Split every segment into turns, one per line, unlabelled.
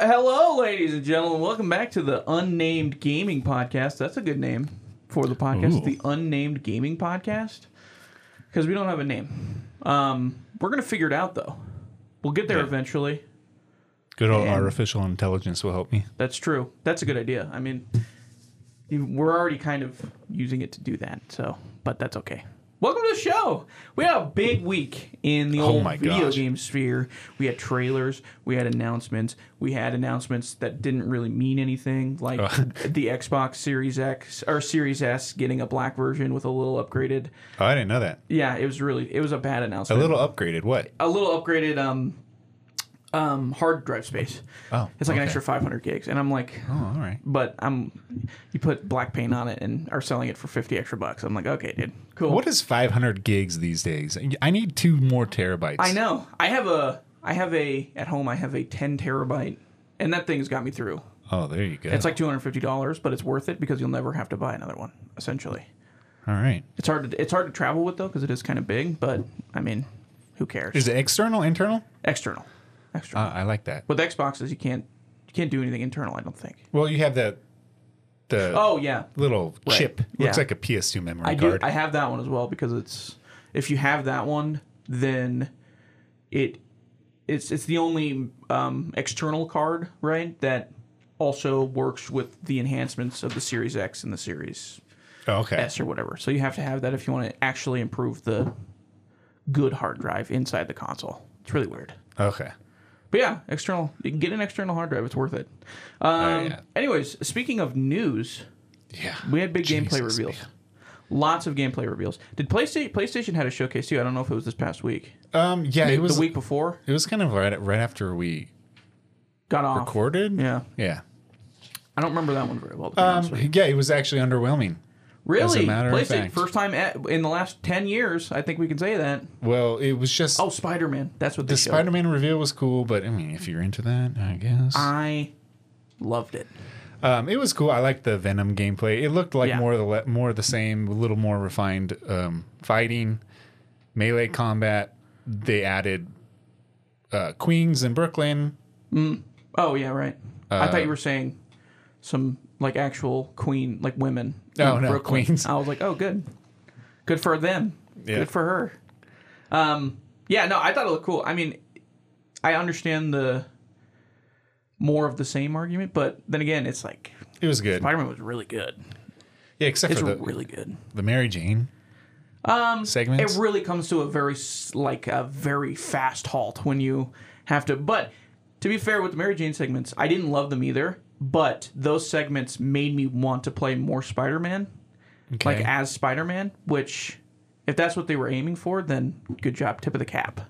Hello, ladies and gentlemen. Welcome back to the Unnamed Gaming Podcast. That's a good name for the podcast. The Unnamed Gaming Podcast. Because we don't have a name. Um, we're going to figure it out, though. We'll get there
Yeah.
eventually.
Good old
And-
artificial intelligence will help me.
That's true. That's a good idea. I mean, you- we're already kind of using it to do that. So, but that's okay. Welcome to the show. We had a big week in the
Oh
old
my
video
gosh.
game sphere. We had trailers. We had announcements. We had announcements that didn't really mean anything, like
Uh.
the Xbox Series X or Series S getting a black version with a little upgraded.
Oh, I didn't know that.
Yeah, it was really it was a bad
A
announcement.
little upgraded. What?
a little upgraded um um hard drive space.
Oh,
It's like an
okay.
extra 500 gigs, and I'm like,
Oh, all right.
but I'm you put black paint on it and are selling it for 50 extra bucks. I'm like, okay, dude. Cool.
What is 500 gigs these days? I need two more terabytes.
I know. I have a I have a at home I have a 10 terabyte and that thing's got me through.
Oh, there you go.
It's like $250, but it's worth it because you'll never have to buy another one essentially.
all right.
It's hard to it's hard to travel with though cuz it is kind of big, but I mean, who cares?
Is it external, internal?
external. External.
Uh, I like that.
with Xboxes you can't you can't do anything internal, I don't think.
Well, you have that the
Oh yeah.
little chip.
Yeah.
Looks like a PS2 memory
I do.
card.
I have that one as well because it's if you have that one, then it it's it's the only um, external card right that also works with the enhancements of the Series X and the Series
oh, okay.
S or whatever. So you have to have that if you want to actually improve the good hard drive inside the console. It's really weird.
Okay.
But yeah, external. You can get an external hard drive. It's worth it. Um,
Oh, yeah.
Anyways, speaking of news,
Yeah.
we had big gameplay
Jesus,
reveals. Lots of gameplay reveals. Did PlayStation PlayStation had a showcase too? I don't know if it was this past week.
Um. Yeah. it was.
the week before
It was kind of right right after we
got off.
recorded.
Yeah,
Yeah.
I don't remember that one very well. to be honest
Um.
with you.
Yeah. It was actually underwhelming.
really,
matter of
PlayStation
fact.
first time at, in the last ten years. I think we can say that.
Well, it was just
Oh, Spider Man. That's what they
the
showed.
Spider-Man reveal was cool, but I mean, if you're into that, I guess.
I loved it.
Um, it was cool. I liked the Venom gameplay. It looked like
Yeah.
more of the le- more of the same, a little more refined um, fighting, melee combat. They added uh, Queens and Brooklyn.
Oh yeah, right. I thought you were saying some like actual queen, like women.
No,
in
Oh, no, queens.
I was like, oh, good, good for them,
Yeah.
good for her. Um, yeah, no, I thought it looked cool. I mean, I understand the more of the same argument, but then again, it's like
It was good.
Spider Man was really good.
yeah, except
It's
for the,
really good.
the Mary Jane um, segments.
It really comes to a very s- like a very fast halt when you have to. But to be fair with the Mary Jane segments, I didn't love them either. But those segments made me want to play more Spider-Man,
Okay.
like as Spider-Man. Which, if that's what they were aiming for, then good job, tip of the cap.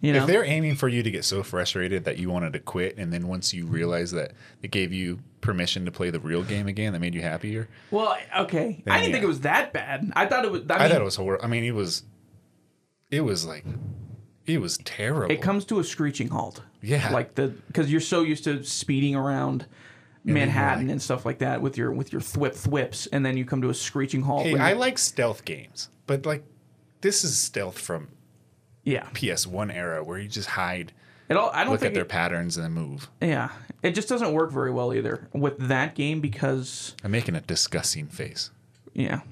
You know,
If they're aiming for you to get so frustrated that you wanted to quit, and then once you realize that it gave you permission to play the real game again, that made you happier.
well, okay. I didn't
yeah.
think it was that bad. I thought it was. I,
I
mean,
thought it was horrible. I mean, it was, it was like, it was terrible.
it comes to a screeching halt.
Yeah.
like the because you're so used to speeding around Manhattan and stuff like that with your with your thwip thwips, and then you come to a screeching halt.
hey,
when
I
you-
like stealth games, but like, this is stealth from
yeah,
PS1 era where you just hide,
it all. I don't
look at
think.
their
It,
patterns, and then move.
yeah, it just doesn't work very well either with that game because
I'm making a disgusting face.
yeah.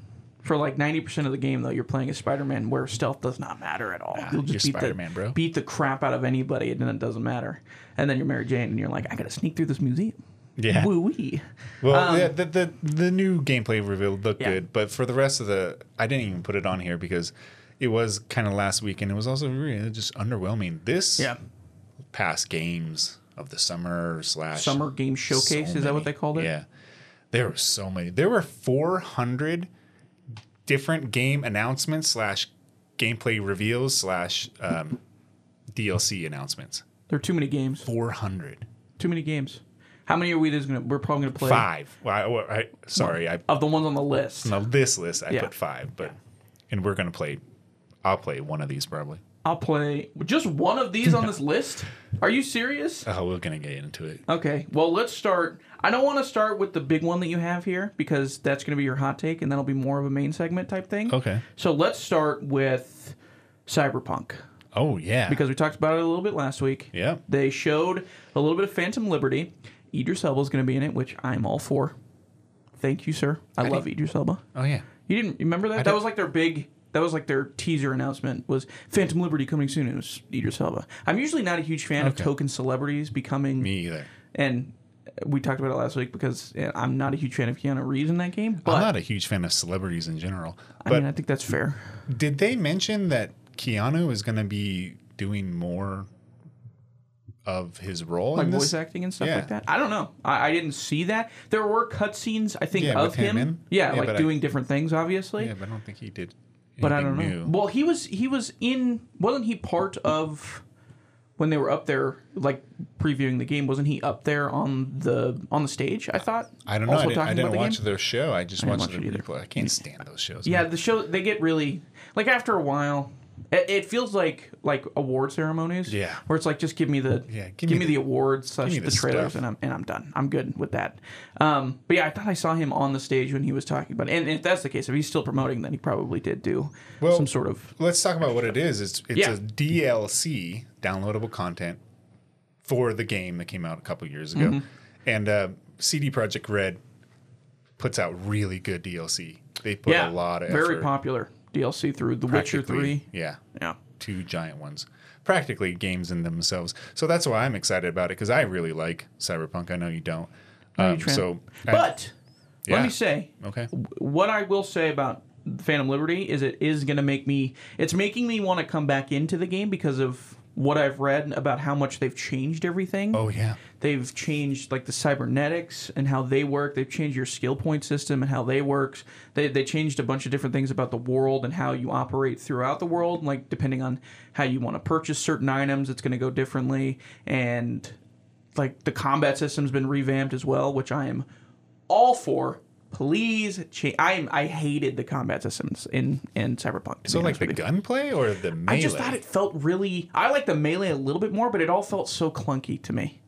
For like ninety percent of the game, though, you're playing as Spider-Man, where stealth does not matter at all. You'll just
Ah, you're
beat
Spider-Man,
the
bro.
beat the crap out of anybody, and then it doesn't matter. And then you're Mary Jane, and you're like, I gotta sneak through this museum.
Yeah.
Woo wee.
Well, yeah, the, the the new gameplay reveal looked
Um, Yeah.
good, but for the rest of the, I didn't even put it on here because it was kind of last week, and it was also really just underwhelming. This
Yeah.
past games of the summer slash
Summer game showcase.
so
is that what they
many.
called it?
Yeah. There were so many. There were 400 different game announcements slash gameplay reveals slash um, DLC announcements.
There are too many games.
400.
Too many games. How many are we that's gonna? We're probably gonna play
Five. Well, I, well, I- sorry, I
of the ones on the list.
on this list I
Yeah.
put five, but and we're gonna play. I'll play one of these probably.
I'll play just one of these on this list. Are you serious?
Oh, we're gonna get into it.
Okay. Well, let's start. I don't want to start with the big one that you have here because that's going to be your hot take, and that'll be more of a main segment type thing.
Okay.
So let's start with Cyberpunk.
Oh yeah.
because we talked about it a little bit last week.
yeah.
They showed a little bit of Phantom Liberty. Idris Elba's going to be in it, which I'm all for. Thank you, sir. I, love Idris Elba.
Oh yeah.
You didn't remember that? that
don't-
was like their big. That was like their teaser announcement was Phantom Liberty coming soon. It was Idris Elba. I'm usually not a huge fan of
Okay.
token celebrities becoming,
Me either.
and we talked about it last week because eh, I'm not a huge fan of Keanu Reeves in that game.
I'm
But
not a huge fan of celebrities in general.
I
But
mean, I think that's fair.
did they mention that Keanu is going to be doing more of his role
Like
in this?
voice acting and stuff
yeah.
like that. I don't know. I, I didn't see that. There were cutscenes, I think,
Yeah,
of
with him
him.
in?
Yeah,
Yeah,
like
but I-
doing different things, obviously.
Yeah, but I don't think he did.
but I don't know.
anything new.
Well, he was he was in wasn't he part of when they were up there like previewing the game? Wasn't he up there on the on the stage? I thought.
I don't know. I
Also
didn't, I
talking
didn't
about the
watch
game?
their show. I just
didn't
watched
watch
the
it either.
replay. I can't stand those shows.
Yeah,
man.
the show they get really like after a while. It, it feels like like award ceremonies.
Yeah.
Where it's like just give me the
Yeah,
give, me the, awards slash
me
the,
the
trailers
stuff.
and I'm and I'm done. I'm good with that. Um, but yeah, I thought I saw him on the stage when he was talking about it. And, if that's the case, if he's still promoting, then he probably did do
Well-
some sort of
Let's talk about what it is. It's it's
Yeah.
a DLC, downloadable content, for the game that came out a couple years ago,
Mm-hmm.
and uh, CD Projekt Red puts out really good DLC. They put
yeah,
a lot of
very
effort.
popular DLC through The Witcher
practically-
Three.
Yeah,
Yeah.
two giant ones. Practically games in themselves. So that's why I'm excited about it because I really like Cyberpunk. I know you don't. Um,
Tran-
so, I-
But let
Yeah.
me say
okay,
what I will say about Phantom Liberty is it is going to make me it's making me want to come back into the game because of what I've read about how much they've changed everything.
oh yeah,
They've changed like the cybernetics and how they work. They've changed your skill point system and how they works. They they changed a bunch of different things about the world and how you operate throughout the world. Like depending on how you want to purchase certain items, it's going to go differently. And like the combat system's been revamped as well, which I am all for. Please change. I I hated the combat systems in in Cyberpunk. to
so
be
like
honest
the
with you.
gunplay or the melee?
I just thought it felt really. I like the melee a little bit more, but it all felt so clunky to me.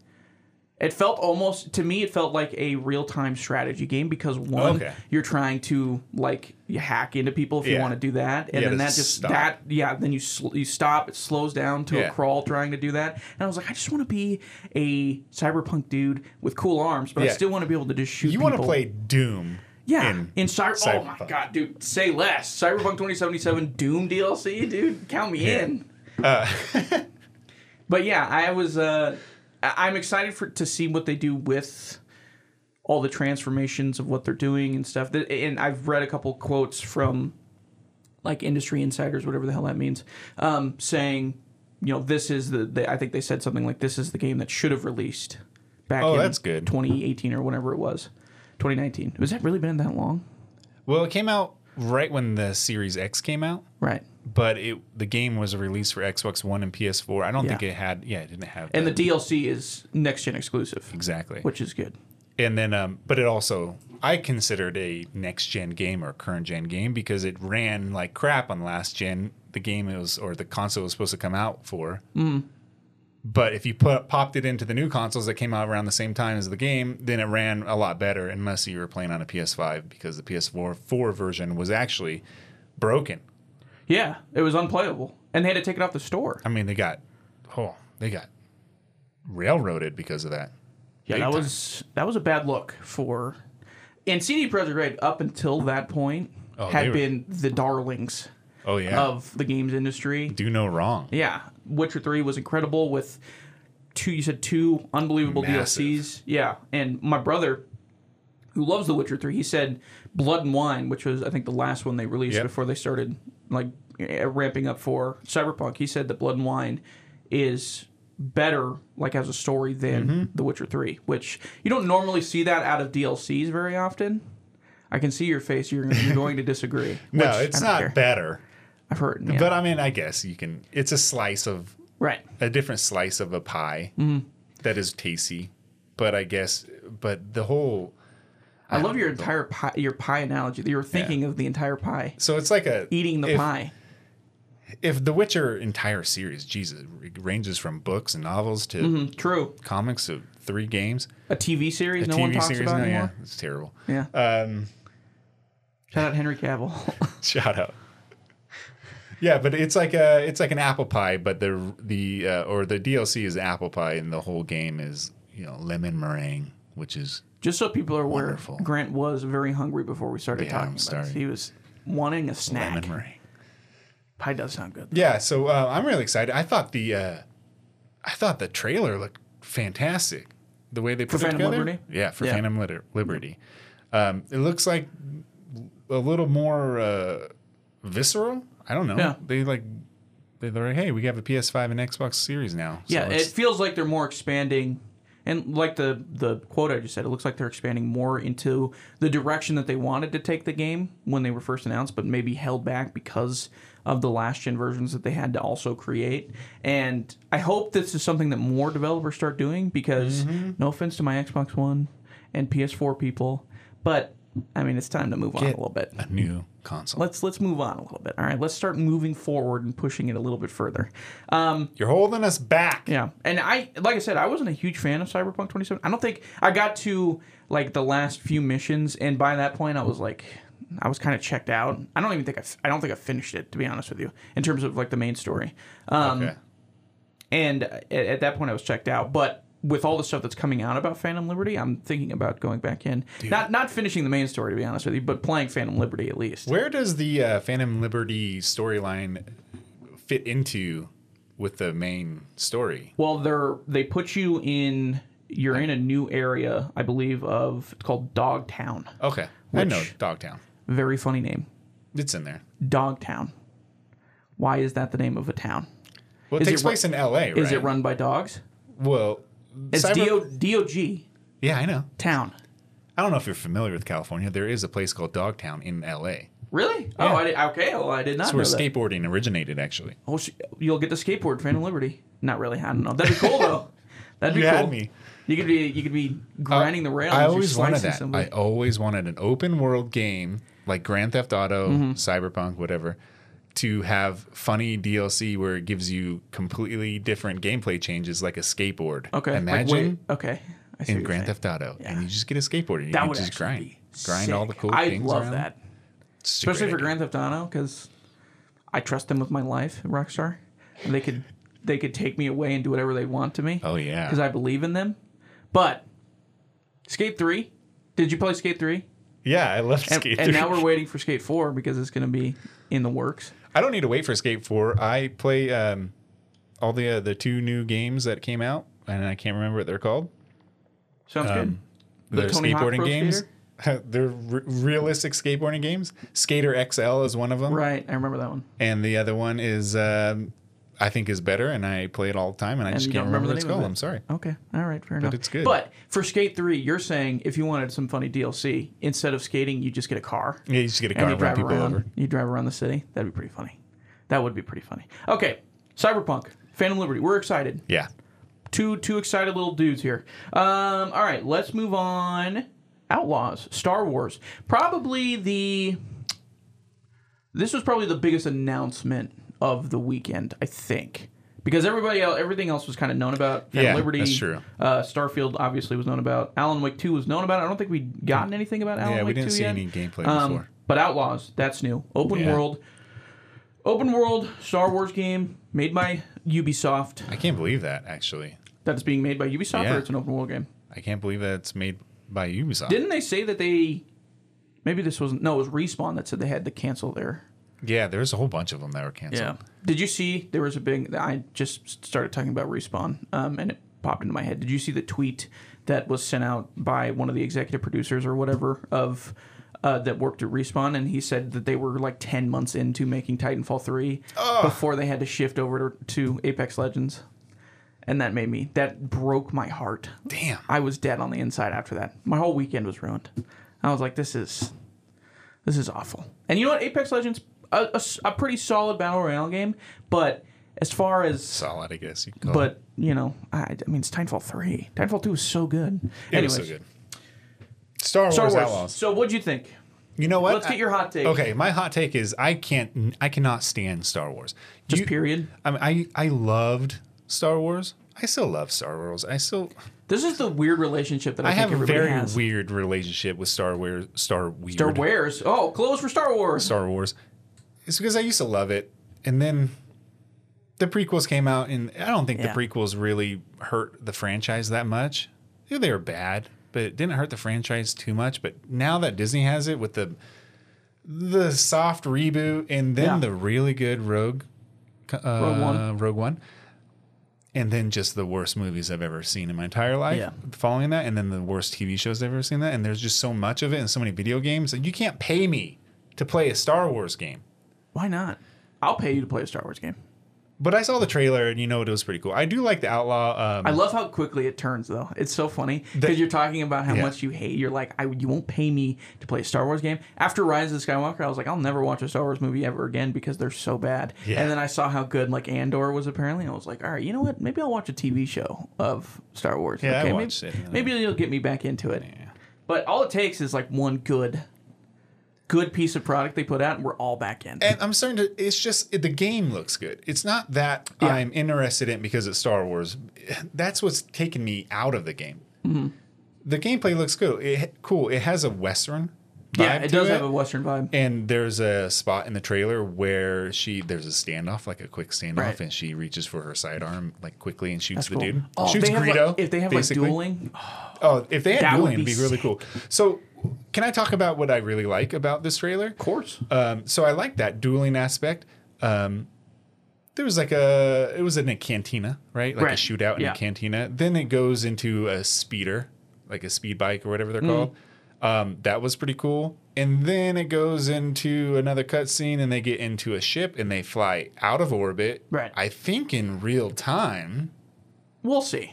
It felt almost to me. It felt like a real time strategy game because one,
Okay.
you're trying to like you hack into people if you
Yeah.
want to do that, and
Yeah,
then
to
that just
stop.
that yeah. Then you sl- you stop. It slows down to
Yeah.
a crawl trying to do that. And I was like, I just want to be a cyberpunk dude with cool arms, but
Yeah.
I still want to be able to just shoot.
You want
want
to play Doom?
yeah, in,
in
Cyber- Oh my
Cyberpunk.
god, dude, say less. Cyberpunk 2077 Doom DLC, dude, count me in.
Uh.
but yeah, I was. Uh, I- I'm excited for to see what they do with all the transformations of what they're doing and stuff. That- And I've read a couple quotes from like industry insiders, whatever the hell that means, um, saying, you know, this is the, the. I think they said something like, "This is the game that should have released back
Oh,
in
that's good.
2018 or whenever it was, 2019." Was that really been that long?
Well, it came out right when the Series X came out,
Right.
but it the game was released for Xbox One and PS4. I don't
Yeah.
think it had. Yeah, it didn't have.
And
that.
the DLC is next gen exclusive,
exactly.
which is good.
and then, um, but it also I considered a next gen game or current gen game because it ran like crap on last gen. The game it was or the console it was supposed to come out for.
Mm.
But if you put popped it into the new consoles that came out around the same time as the game, then it ran a lot better, unless you were playing on a PS5 because the PS4 4 version was actually broken.
Yeah, it was unplayable, and they had to take it off the store.
I mean, they got, oh, they got railroaded because of that.
Yeah,
Big
that
time.
was that was a bad look for. And CD Projekt Red up until that point
Oh, they
had
were-
been the darlings
Oh yeah,
of the games industry.
do no wrong.
Yeah, Witcher Three was incredible with two. You said two unbelievable
Massive.
DLCs. Yeah, and my brother, who loves The Witcher Three, he said Blood and Wine, which was I think the last one they released
Yep.
before they started like eh, ramping up for Cyberpunk. He said that Blood and Wine is better like as a story than
Mm-hmm.
The Witcher Three, which you don't normally see that out of DLCs very often. I can see your face. You're, you're going to disagree.
No,
which I
it's
don't
not
care.
better.
I've heard. yeah.
But I mean, I guess you can. It's a slice of
right.
a different slice of a pie
Mm-hmm.
that is tasty. But I guess, but the whole
I love your entire pie, your pie analogy. You were thinking of the entire pie,
so it's like a
eating the
if,
pie.
If The Witcher entire series, Jesus, it ranges from books and novels to
Mm-hmm. True.
comics to three games,
A TV series
a
no
TV
one talks
series.
about
now, yeah,
anymore.
it's terrible.
Yeah.
Um,
Shout out Henry Cavill.
Shout out. Yeah, but it's like a it's like an apple pie, but the the uh, or the DLC is apple pie, and the whole game is you know lemon meringue, which is
Just so people are aware,
Wonderful.
Grant was very hungry before we started
Yeah,
talking
I'm
about
starving.
this. He was wanting a snack.
lemon meringue.
Pie does sound good.
Yeah, so uh, I'm really excited. I thought the uh, I thought the trailer looked fantastic. The way they put it
Phantom
together.
Liberty?
Yeah, for
Yeah. Mm-hmm.
Phantom Liter- Liberty. Um, it looks like a little more uh, visceral. I don't know.
Yeah.
They like they're like, hey, we have a PS5 and Xbox Series now. So
yeah, it
it's-
feels like they're more expanding, and like the the quote I just said, it looks like they're expanding more into the direction that they wanted to take the game when they were first announced, but maybe held back because of the last gen versions that they had to also create. And I hope this is something that more developers start doing because
Mm-hmm.
no offense to my Xbox One and PS4 people, but I mean it's time to move on a
Get
little bit.
a new console.
Let's let's move on a little bit. All right, let's start moving forward and pushing it a little bit further.
You're holding us back.
Yeah, and I like I said, I wasn't a huge fan of Cyberpunk 27. I don't think I got to like the last few missions, and by that point, I was like, I was kind of checked out. I don't even think I, f- I don't think I finished it to be honest with you, in terms of like the main story. Um,
Okay.
And at, at that point, I was checked out. But with all the stuff that's coming out about Phantom Liberty, I'm thinking about going back in, not not finishing the main story to be honest with you, but playing Phantom Liberty at least.
Where does the uh, Phantom Liberty storyline fit into with the main story?
Well, they're they put you in. You're in a new area, I believe, of it's called Dogtown.
Okay. I know
Which-
Dogtown.
Very funny name.
It's in there.
Dogtown. Why is that the name of a town?
Well, it
Is
takes
it run-
place in LA, right?
Is it run by dogs?
Well,
It's
cyber-
D-O- DOG
Yeah, I know.
town.
I don't know if you're familiar with California. There is a place called Dogtown in LA.
Really? Oh,
Yeah.
I did, okay. Well, I did not
That's
know
where
that.
skateboarding originated, actually.
oh, sh- you'll get the skateboard Phantom Liberty. Not really. I don't know. That'd be cool though. That'd be
You
cool.
had me.
You could be you could be grinding the rails.
Uh, I
you're
always wanted
slicing
that.
somebody.
I always wanted an open world game like Grand Theft Auto,
Mm-hmm.
Cyberpunk, whatever, to have funny DLC where it gives you completely different gameplay changes, like a skateboard.
okay. like,
Imagine
wait- okay. I see
in
what
Grand
you're saying.
Theft Auto, and you just get a skateboard and you
That
can
would
just
actually
grind,
be
grind all the
sick.
cool
I
things.
love
around.
that,
It's a great
especially for
idea.
Grand Theft Auto, because I trust them with my life. Rockstar, they could they could take me away and do whatever they want to me.
Oh yeah.
because I believe in them. But Skate Three, did you play Skate Three?
yeah, I love
And,
skateboarding.
and now we're waiting for Skate Four because it's going to be in the works.
I don't need to wait for Skate 4. I play um, all the uh, the two new games that came out, and I can't remember what they're called.
Sounds good. The
They're
Tony Hawk Pro
Um, skateboarding games. they're re- realistic skateboarding games. Skater XL is one of them,
Right, I remember that one.
and the other one is um, I think is better, and I play it all the time, and I just
you
can't
don't remember
remember what
the
it's
name of
called.
it.
I'm sorry.
Okay, all right, fair enough.
it's good.
But for Skate Three, you're saying if you wanted some funny DLC, instead of skating, you just get a car.
Yeah, you just get a
and
car
you
and
drive
people
around.
over.
You drive around the city. That'd be pretty funny. That would be pretty funny. Okay, Cyberpunk, Phantom Liberty. We're excited.
Yeah,
two two excited little dudes here. Um, all right, let's move on. Outlaws, Star Wars, probably the. This was probably the biggest announcement of the weekend, I think, because everybody else, everything else was kind of known about. Phantom
Yeah,
Liberty,
that's true.
Uh, Starfield obviously was known about. Alan Wake Two was known about. I don't think we'd gotten anything about Alan
yeah,
Wake
we didn't
2
see
yet.
any gameplay
Um,
before.
But Outlaws, that's new. Open
Yeah.
world, open world Star Wars game made by Ubisoft
I can't believe that actually.
that it's being made by Ubisoft
Yeah.
or it's an open world game.
I can't believe that it's made by Ubisoft.
Didn't they say that they maybe this wasn't no, it was Respawn that said they had to cancel their
yeah, there's a whole bunch of them that were canceled.
Did you see there was a big I just started talking about Respawn um, and it popped into my head. Did you see the tweet that was sent out by one of the executive producers or whatever of uh, that worked at Respawn, and he said that they were like ten months into making Titanfall three before they had to shift over to Apex Legends, and that made me that broke my heart.
Damn.
I was dead on the inside after that. My whole weekend was ruined. I was like, this is, this is awful. And you know what? Apex Legends, a, a s- a pretty solid battle royale game, but as far as,
Solid, I guess. You could call it.
but you know, I, I mean, it's Titanfall three. Titanfall two is so good.
It was so good. Star Wars,
Star Wars.
Outlaws.
So what'd you think?
You know what?
Let's get your hot take.
Okay, my hot take is I can't, I cannot stand Star Wars.
Just
You-
period.
I, mean, I I loved Star Wars. I still love Star Wars. I still
This is the weird relationship that I,
I
think
have a
everybody
very
has.
weird relationship with Star Wars. Star weird.
Star Wars. Oh, close for Star Wars.
Star Wars. It's because I used to love it, and then the prequels came out, and I don't think
Yeah.
the prequels really hurt the franchise that much. Yeah, they were bad, but it didn't hurt the franchise too much. But now that Disney has it with the the soft reboot and then
Yeah.
the really good Rogue uh,
Rogue One.
Rogue One, and then just the worst movies I've ever seen in my entire life.
Yeah.
Following that, and then the worst TV shows I've ever seen that, and there's just so much of it, and so many video games. that You can't pay me to play a Star Wars game.
Why not? I'll pay you to play a Star Wars game.
But I saw the trailer, and you know what? It was pretty cool. I do like the Outlaw. Um,
I love how quickly it turns, though. It's so funny
The-
because you're talking about how
Yeah.
much you hate. You're like, I, you won't pay me to play a Star Wars game. After Rise of the Skywalker, I was like, I'll never watch a Star Wars movie ever again because they're so bad.
Yeah.
And then I saw how good like Andor was apparently, and I was like, all right, you know what? Maybe I'll watch a TV show of Star Wars.
Yeah, I
may-
watched it.
Maybe it'll get me back into it. But all it takes is like one good, good piece of product they put out, and we're all back in.
and I'm starting to. It's just it, the game looks good. It's not that
Yeah.
I'm interested in it because it's Star Wars. That's what's taken me out of the game.
Mm-hmm.
The gameplay looks good. It, cool. It has a western. Vibe
yeah, it
to
does have a Western vibe.
And there's a spot in the trailer where she there's a standoff, like a quick standoff,
Right.
and she reaches for her sidearm like quickly and
That's
shoots the
cool.
dude.
Oh,
shoots
they have, like-
Greedo.
if they have
basically.
like dueling,
Oh, if they had
That would
dueling, it'd be,
be
really cool. So, can I talk about what I really like about this trailer? Of
course.
Um, so I like that dueling aspect. Um, there was like a it was in a cantina, right? Like
Right.
a shootout in
Yeah.
a cantina. Then it goes into a speeder, like a speed bike or whatever
Mm.
they're called. Um, that was pretty cool. And then it goes into another cutscene, and they get into a ship and they fly out of orbit.
Right.
I think in real time,
we'll see.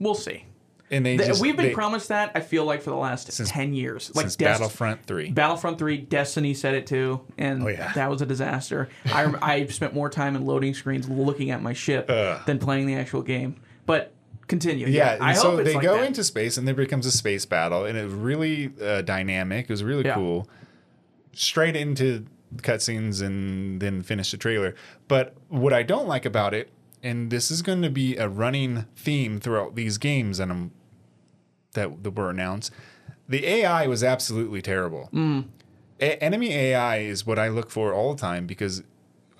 We'll see.
and they
Th-
just,
We've been
they-
promised that. I feel like for the last
Since-
ten years, like
since
Dest-
Battlefront Three.
Battlefront Three, Destiny said it too, and
Oh, yeah.
that was a disaster. I rem- I spent more time in loading screens looking at my ship than playing the actual game. But continue.
Yeah,
I
and so
hope it's
they
like
go
that.
into space, and there becomes a space battle, and it was really uh, dynamic. It was really
Yeah.
cool. Straight into cutscenes, and then finish the trailer. But what I don't like about it, and this is going to be a running theme throughout these games, and I'm that, that were announced, the AI was absolutely terrible.
Mm.
A- enemy AI is what I look for all the time because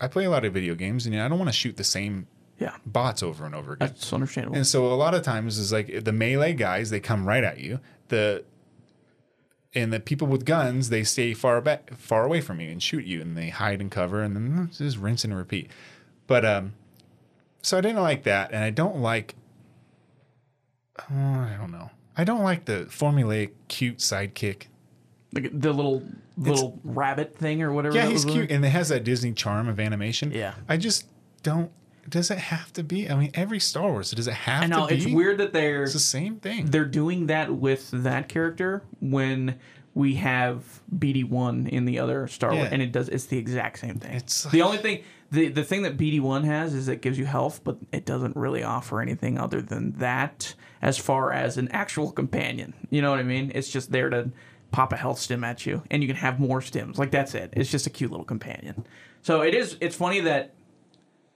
I play a lot of video games, and you know, I don't want to shoot the same
yeah,
bots over and over again.
that's understandable.
And so a lot of times is like the melee guys, they come right at you. The and the people with guns, they stay far back, far away from you and shoot you, and they hide and cover, and then mm, just rinse and repeat. But um, so I didn't like that, and I don't like. uh, I don't know. I don't like the formulaic cute sidekick.
Like the little little rabbit thing or whatever.
Yeah,
that
he's
was
cute, and it has that Disney charm of animation.
Yeah.
I just don't. Does it have to be? I mean, every Star Wars, does it have
I know
to be?
it's weird that they're
It's the same thing.
they're doing that with that character when we have BD1 in the other Star Wars,
Yeah.
and it does it's the exact same thing.
It's
the only thing the the thing that BD1 has is it gives you health, but it doesn't really offer anything other than that as far as an actual companion. You know what I mean? It's just there to pop a health stim at you, and you can have more stims. Like that's it. It's just a cute little companion. So it is. It's funny that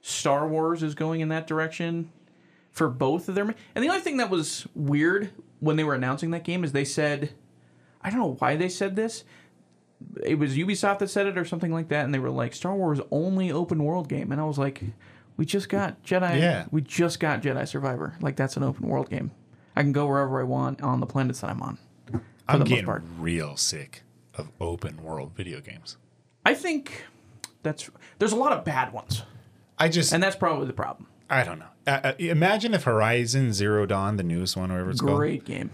Star Wars is going in that direction for both of their. And the only thing that was weird when they were announcing that game is they said, I don't know why they said this. It was Ubisoft that said it or something like that, and they were like, Star Wars only open world game, and I was like, we just got Jedi.
Yeah.
We just got Jedi Survivor. Like that's an open world game. I can go wherever I want on the planets that I'm on. the
I'm
most
getting
part.
real sick of open world video games.
I think that's there's a lot of bad ones,
I just,
and that's probably the problem.
I don't know. Uh, uh, imagine if Horizon Zero Dawn, the newest one, whatever it's called,
Great game.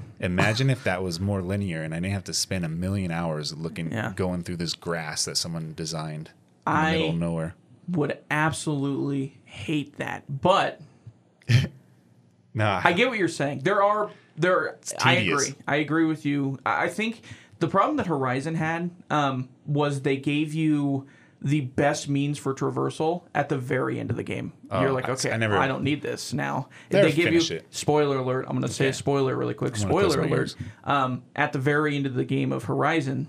imagine if that was more linear and I didn't have to spend a million hours looking,
Yeah.
going through this grass that someone designed in
I-
the middle of nowhere.
Would absolutely hate that, but
Nah,
I get what you're saying. There are there. I
tedious.
agree. I agree with you. I I think the problem that Horizon had um, was they gave you the best means for traversal at the very end of the game. you're like,
Oh, I-
okay,
I
I,
never-
don't need this now.
Never
they give you
finished it.
spoiler alert. I'm going to say a spoiler really quick.
gonna close
Spoiler
my
alert. Um, at the very end of the game of Horizon,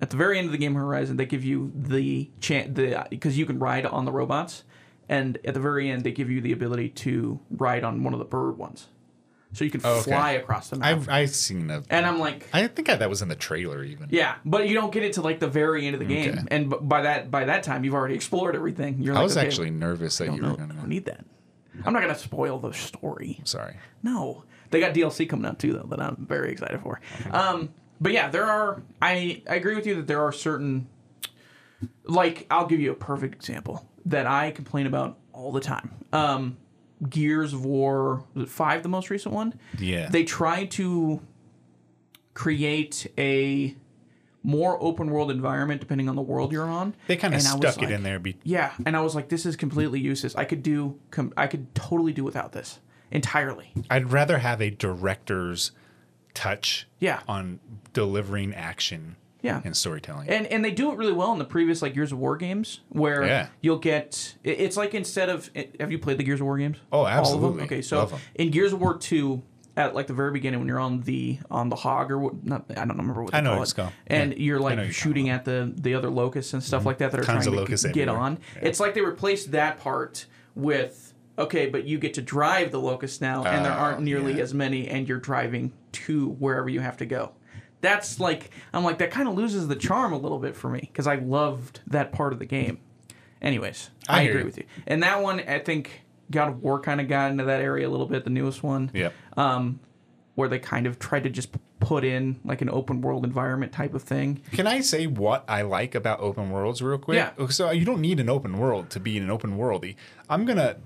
at the very end of the game Horizon, they give you the chance the because you can ride on the robots, and at the very end they give you the ability to ride on one of the bird ones. so you can
Oh, okay.
fly across the map.
I've I've seen a.
and I'm like,
I think that was in the trailer even.
yeah, but you don't get it to like the very end of the game,
Okay.
and b- by that by that time you've already explored everything. You're
I
like,
was
okay,
actually nervous that you were
no,
going
don't
to.
need that. I'm not gonna spoil the story.
Sorry.
No, they got DLC coming out too, though, that I'm very excited for. Um, but yeah, there are. I I agree with you that there are certain. Like, I'll give you a perfect example that I complain about all the time. Um, Gears of War was it five, the most recent one.
Yeah.
They tried to create a more open world environment depending on the world you're on.
They kind of
And I was
stuck it
like,
in there. Be-
yeah, and I was like, this is completely useless. I could do, com- I could totally do without this entirely.
I'd rather have a director's touch.
Yeah.
On delivering action.
Yeah.
And storytelling.
And and they do it really well in the previous like Gears of War games where
Yeah.
you'll get it- it's like instead of it- have you played the Gears of War games?
Oh,
All of them?
absolutely.
Okay, so
Love 'em.
in Gears of War two, at like the very beginning when you're on the on the hog or what, not I don't remember what they
I know
call
what
it,
it's called.
and
Yeah.
you're
I know what
like
you're Mm-hmm.
shooting at the the other locusts and stuff like that that are
Tons of
trying to
locusts
g- get
everywhere.
on.
Yeah.
It's like they replaced that part with. Okay, but you get to drive the locusts now, and there
Oh,
aren't nearly
yeah.
as many, and you're driving to wherever you have to go. That's like I'm like that kind of loses the charm a little bit for me because I loved that part of the game. Anyways,
I
I,
hear
agree
you.
with you. And that one, I think God of War kind of got into that area a little bit. The newest one,
Yep.
where they kind of tried to just p- put in like an open world environment type of thing.
Can I say what I like about open worlds real quick?
Yeah.
So you don't need an open world to be an open worldy. I'm gonna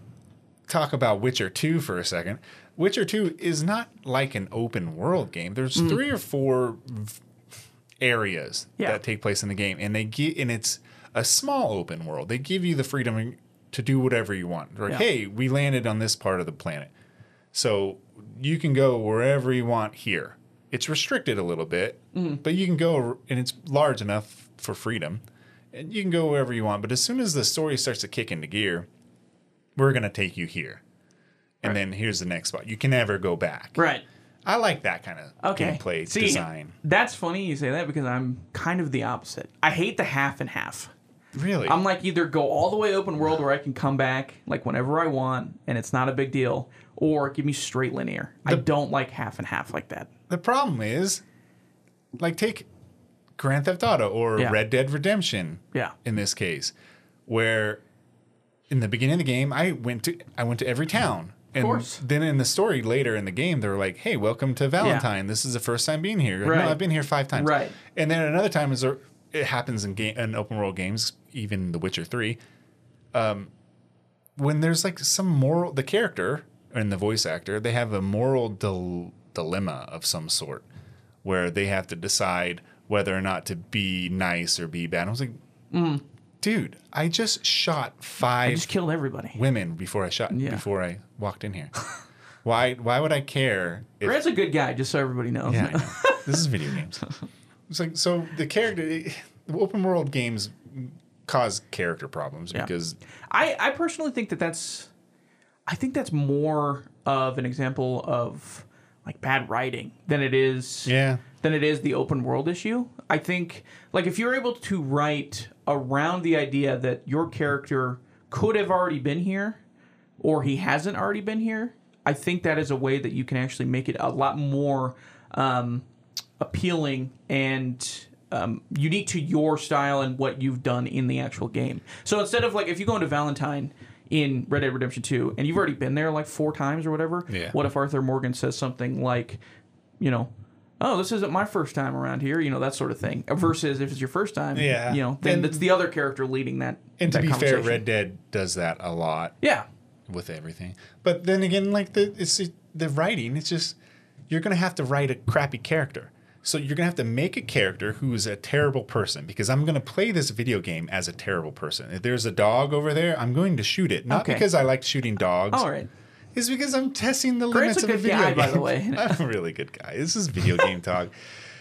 talk about Witcher 2 for a second. Witcher 2 is not like an open world game. There's
Mm.
three or four v- areas
Yeah.
that take place in the game, and they get and it's a small open world. They give you the freedom to do whatever you want. Like,
Yeah.
hey, we landed on this part of the planet. So you can go wherever you want here. It's restricted a little bit,
Mm-hmm.
but you can go, and it's large enough for freedom. And you can go wherever you want. But as soon as the story starts to kick into gear, we're going to take you here. And
Right.
then here's the next spot. You can never go back.
Right.
I like that kind of
Okay.
gameplay
See,
design.
That's funny you say that because I'm kind of the opposite. I hate the half and half.
Really?
I'm like either go all the way open world where I can come back like whenever I want and it's not a big deal, or give me straight linear. I don't like half and half like that.
the problem is, like, take Grand Theft Auto or
Yeah.
Red Dead Redemption.
Yeah.
in this case, where in the beginning of the game I went to I went to every town. And
course.
then in the story later in the game, they were like, "Hey, welcome to Valentine. This is the first time being here. You're like,
Right.
No, I've been here five times.
Right.
And then another time is there, it happens in game in open world games, even The Witcher Three, um, when there's like some moral the character and the voice actor they have a moral dil- dilemma of some sort where they have to decide whether or not to be nice or be bad. I was like, dude, I just shot five
I Mm. just killed everybody.
women before I shot
Yeah.
before I walked in here. why why would I care if
Brad's a good guy, just so everybody knows.
yeah, I know. this is video games. It's like so the character the open world games cause character problems because
I, I personally think that that's I think that's more of an example of like bad writing than it is
yeah,
than it is the open world issue. I think like if you're able to write around the idea that your character could have already been here or he hasn't already been here, I think that is a way that you can actually make it a lot more um, appealing and um, unique to your style and what you've done in the actual game. So instead of like if you go into Valentine in Red Dead Redemption 2 and you've already been there like four times or whatever,
Yeah.
what if Arthur Morgan says something like, you know, oh, this isn't my first time around here, you know, that sort of thing. Versus if it's your first time,
Yeah.
you know, then
And-
it's the other character leading that.
and to
that
be fair,
conversation.
Red Dead does that a lot
Yeah.
with everything. But then again, like the it's the writing, it's just you're gonna have to write a crappy character. So you're gonna have to make a character who is a terrible person because I'm gonna play this video game as a terrible person. If there's a dog over there, I'm going to shoot it. Not
Okay.
because I like shooting dogs.
All right.
It's because I'm testing the
Grant's
limits
a
of a
good
video
guy,
game.
by the way.
I'm a really good guy. This is video game talk.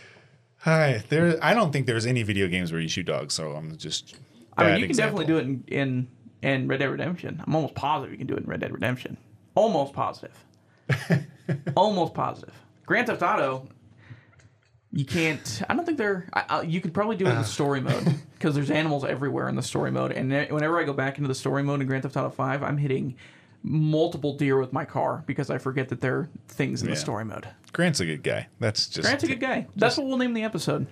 Hi, there. I don't think there's any video games where you shoot dogs, so I'm just.
I mean, you can definitely do it in, in in Red Dead Redemption. I'm almost positive you can do it in Red Dead Redemption. Almost positive. almost positive. Grand Theft Auto, you can't. I don't think they're. I, I, you could probably do it
Ah.
in story mode because there's animals everywhere in the story mode. And whenever I go back into the story mode in Grand Theft Auto Five, I'm hitting multiple deer with my car because I forget that there are things in the
Yeah.
story mode.
Grant's a good guy. That's just
Grant's a good guy. That's what we'll name the episode.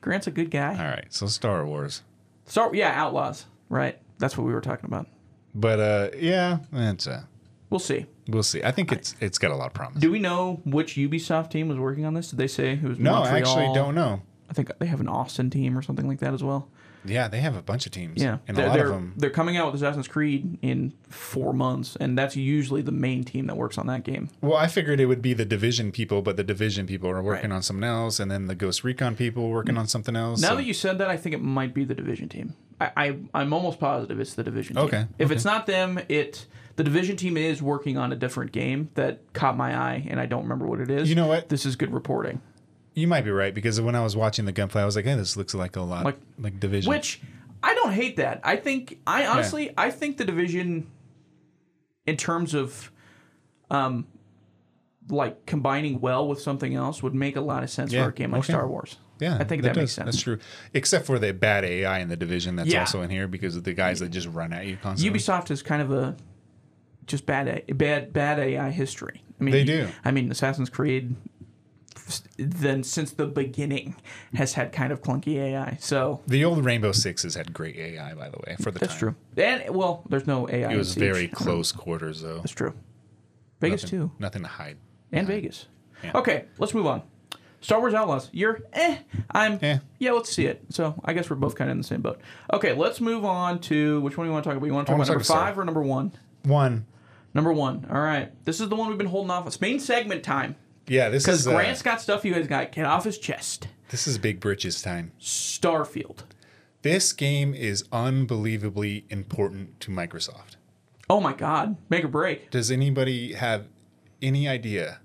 Grant's a good guy.
All right, so Star Wars,
So yeah, outlaws. Right. That's what we were talking about.
but uh, yeah, that's uh,
We'll see.
we'll see. I think it's it's got a lot of promise.
Do we know which Ubisoft team was working on this? Did they say who was?
no,
Montreal?
I actually don't know.
I think they have an Austin team or something like that as well.
Yeah, they have a bunch of teams.
Yeah,
and
they're,
a lot
they're,
of them.
they're coming out with Assassin's Creed in four months, and that's usually the main team that works on that game.
Well, I figured it would be the division people, but the division people are working
Right.
on something else, and then the Ghost Recon people are working on something else.
Now
so-
that you said that, I think it might be the Division team. I, I I'm almost positive it's the Division
Okay,
team. If it's not them, it the Division team is working on a different game that caught my eye, and I don't remember what it is.
You know what?
This is good reporting.
you might be right because when I was watching the gunplay, I was like, "Hey, this looks like a lot like,
Like-
division."
Which I don't hate that. I think I honestly I think the division in terms of um like combining well with something else would make a lot of sense
Yeah,
for a game like
okay.
Star Wars.
yeah,
I think that, makes
does.
sense.
That's true, except for the bad AI in the division that's
Yeah.
also in here because of the guys that just run at you constantly.
Ubisoft is kind of a just bad A- bad bad AI history. I mean,
They
you-
do.
I mean, Assassin's Creed s- then since the beginning has had kind of clunky AI. So
the old Rainbow Sixes had great AI, by the way, for the
that's
time.
true. And well, there's no AI.
It
in
was
Siege.
very close quarters, though.
That's true. Vegas
nothing,
too.
Nothing to hide.
and Vegas.
Yeah.
Okay, let's move on. Star Wars Outlaws. You're eh. I'm
Eh.
yeah. Let's see it. So I guess we're both kind of in the same boat. Okay, let's move on to which one do you want to talk about? You want to
I
talk
wanna
about number
talk about Star-
five or number one?
One.
Number one. All right. This is the one we've been holding off. It's main segment time
Yeah, this
because
is uh,
Grant's got stuff he has got to get off his chest.
this is Big Britches time.
Starfield.
This game is unbelievably important to Microsoft.
Oh my God! Make or break.
Does anybody have any idea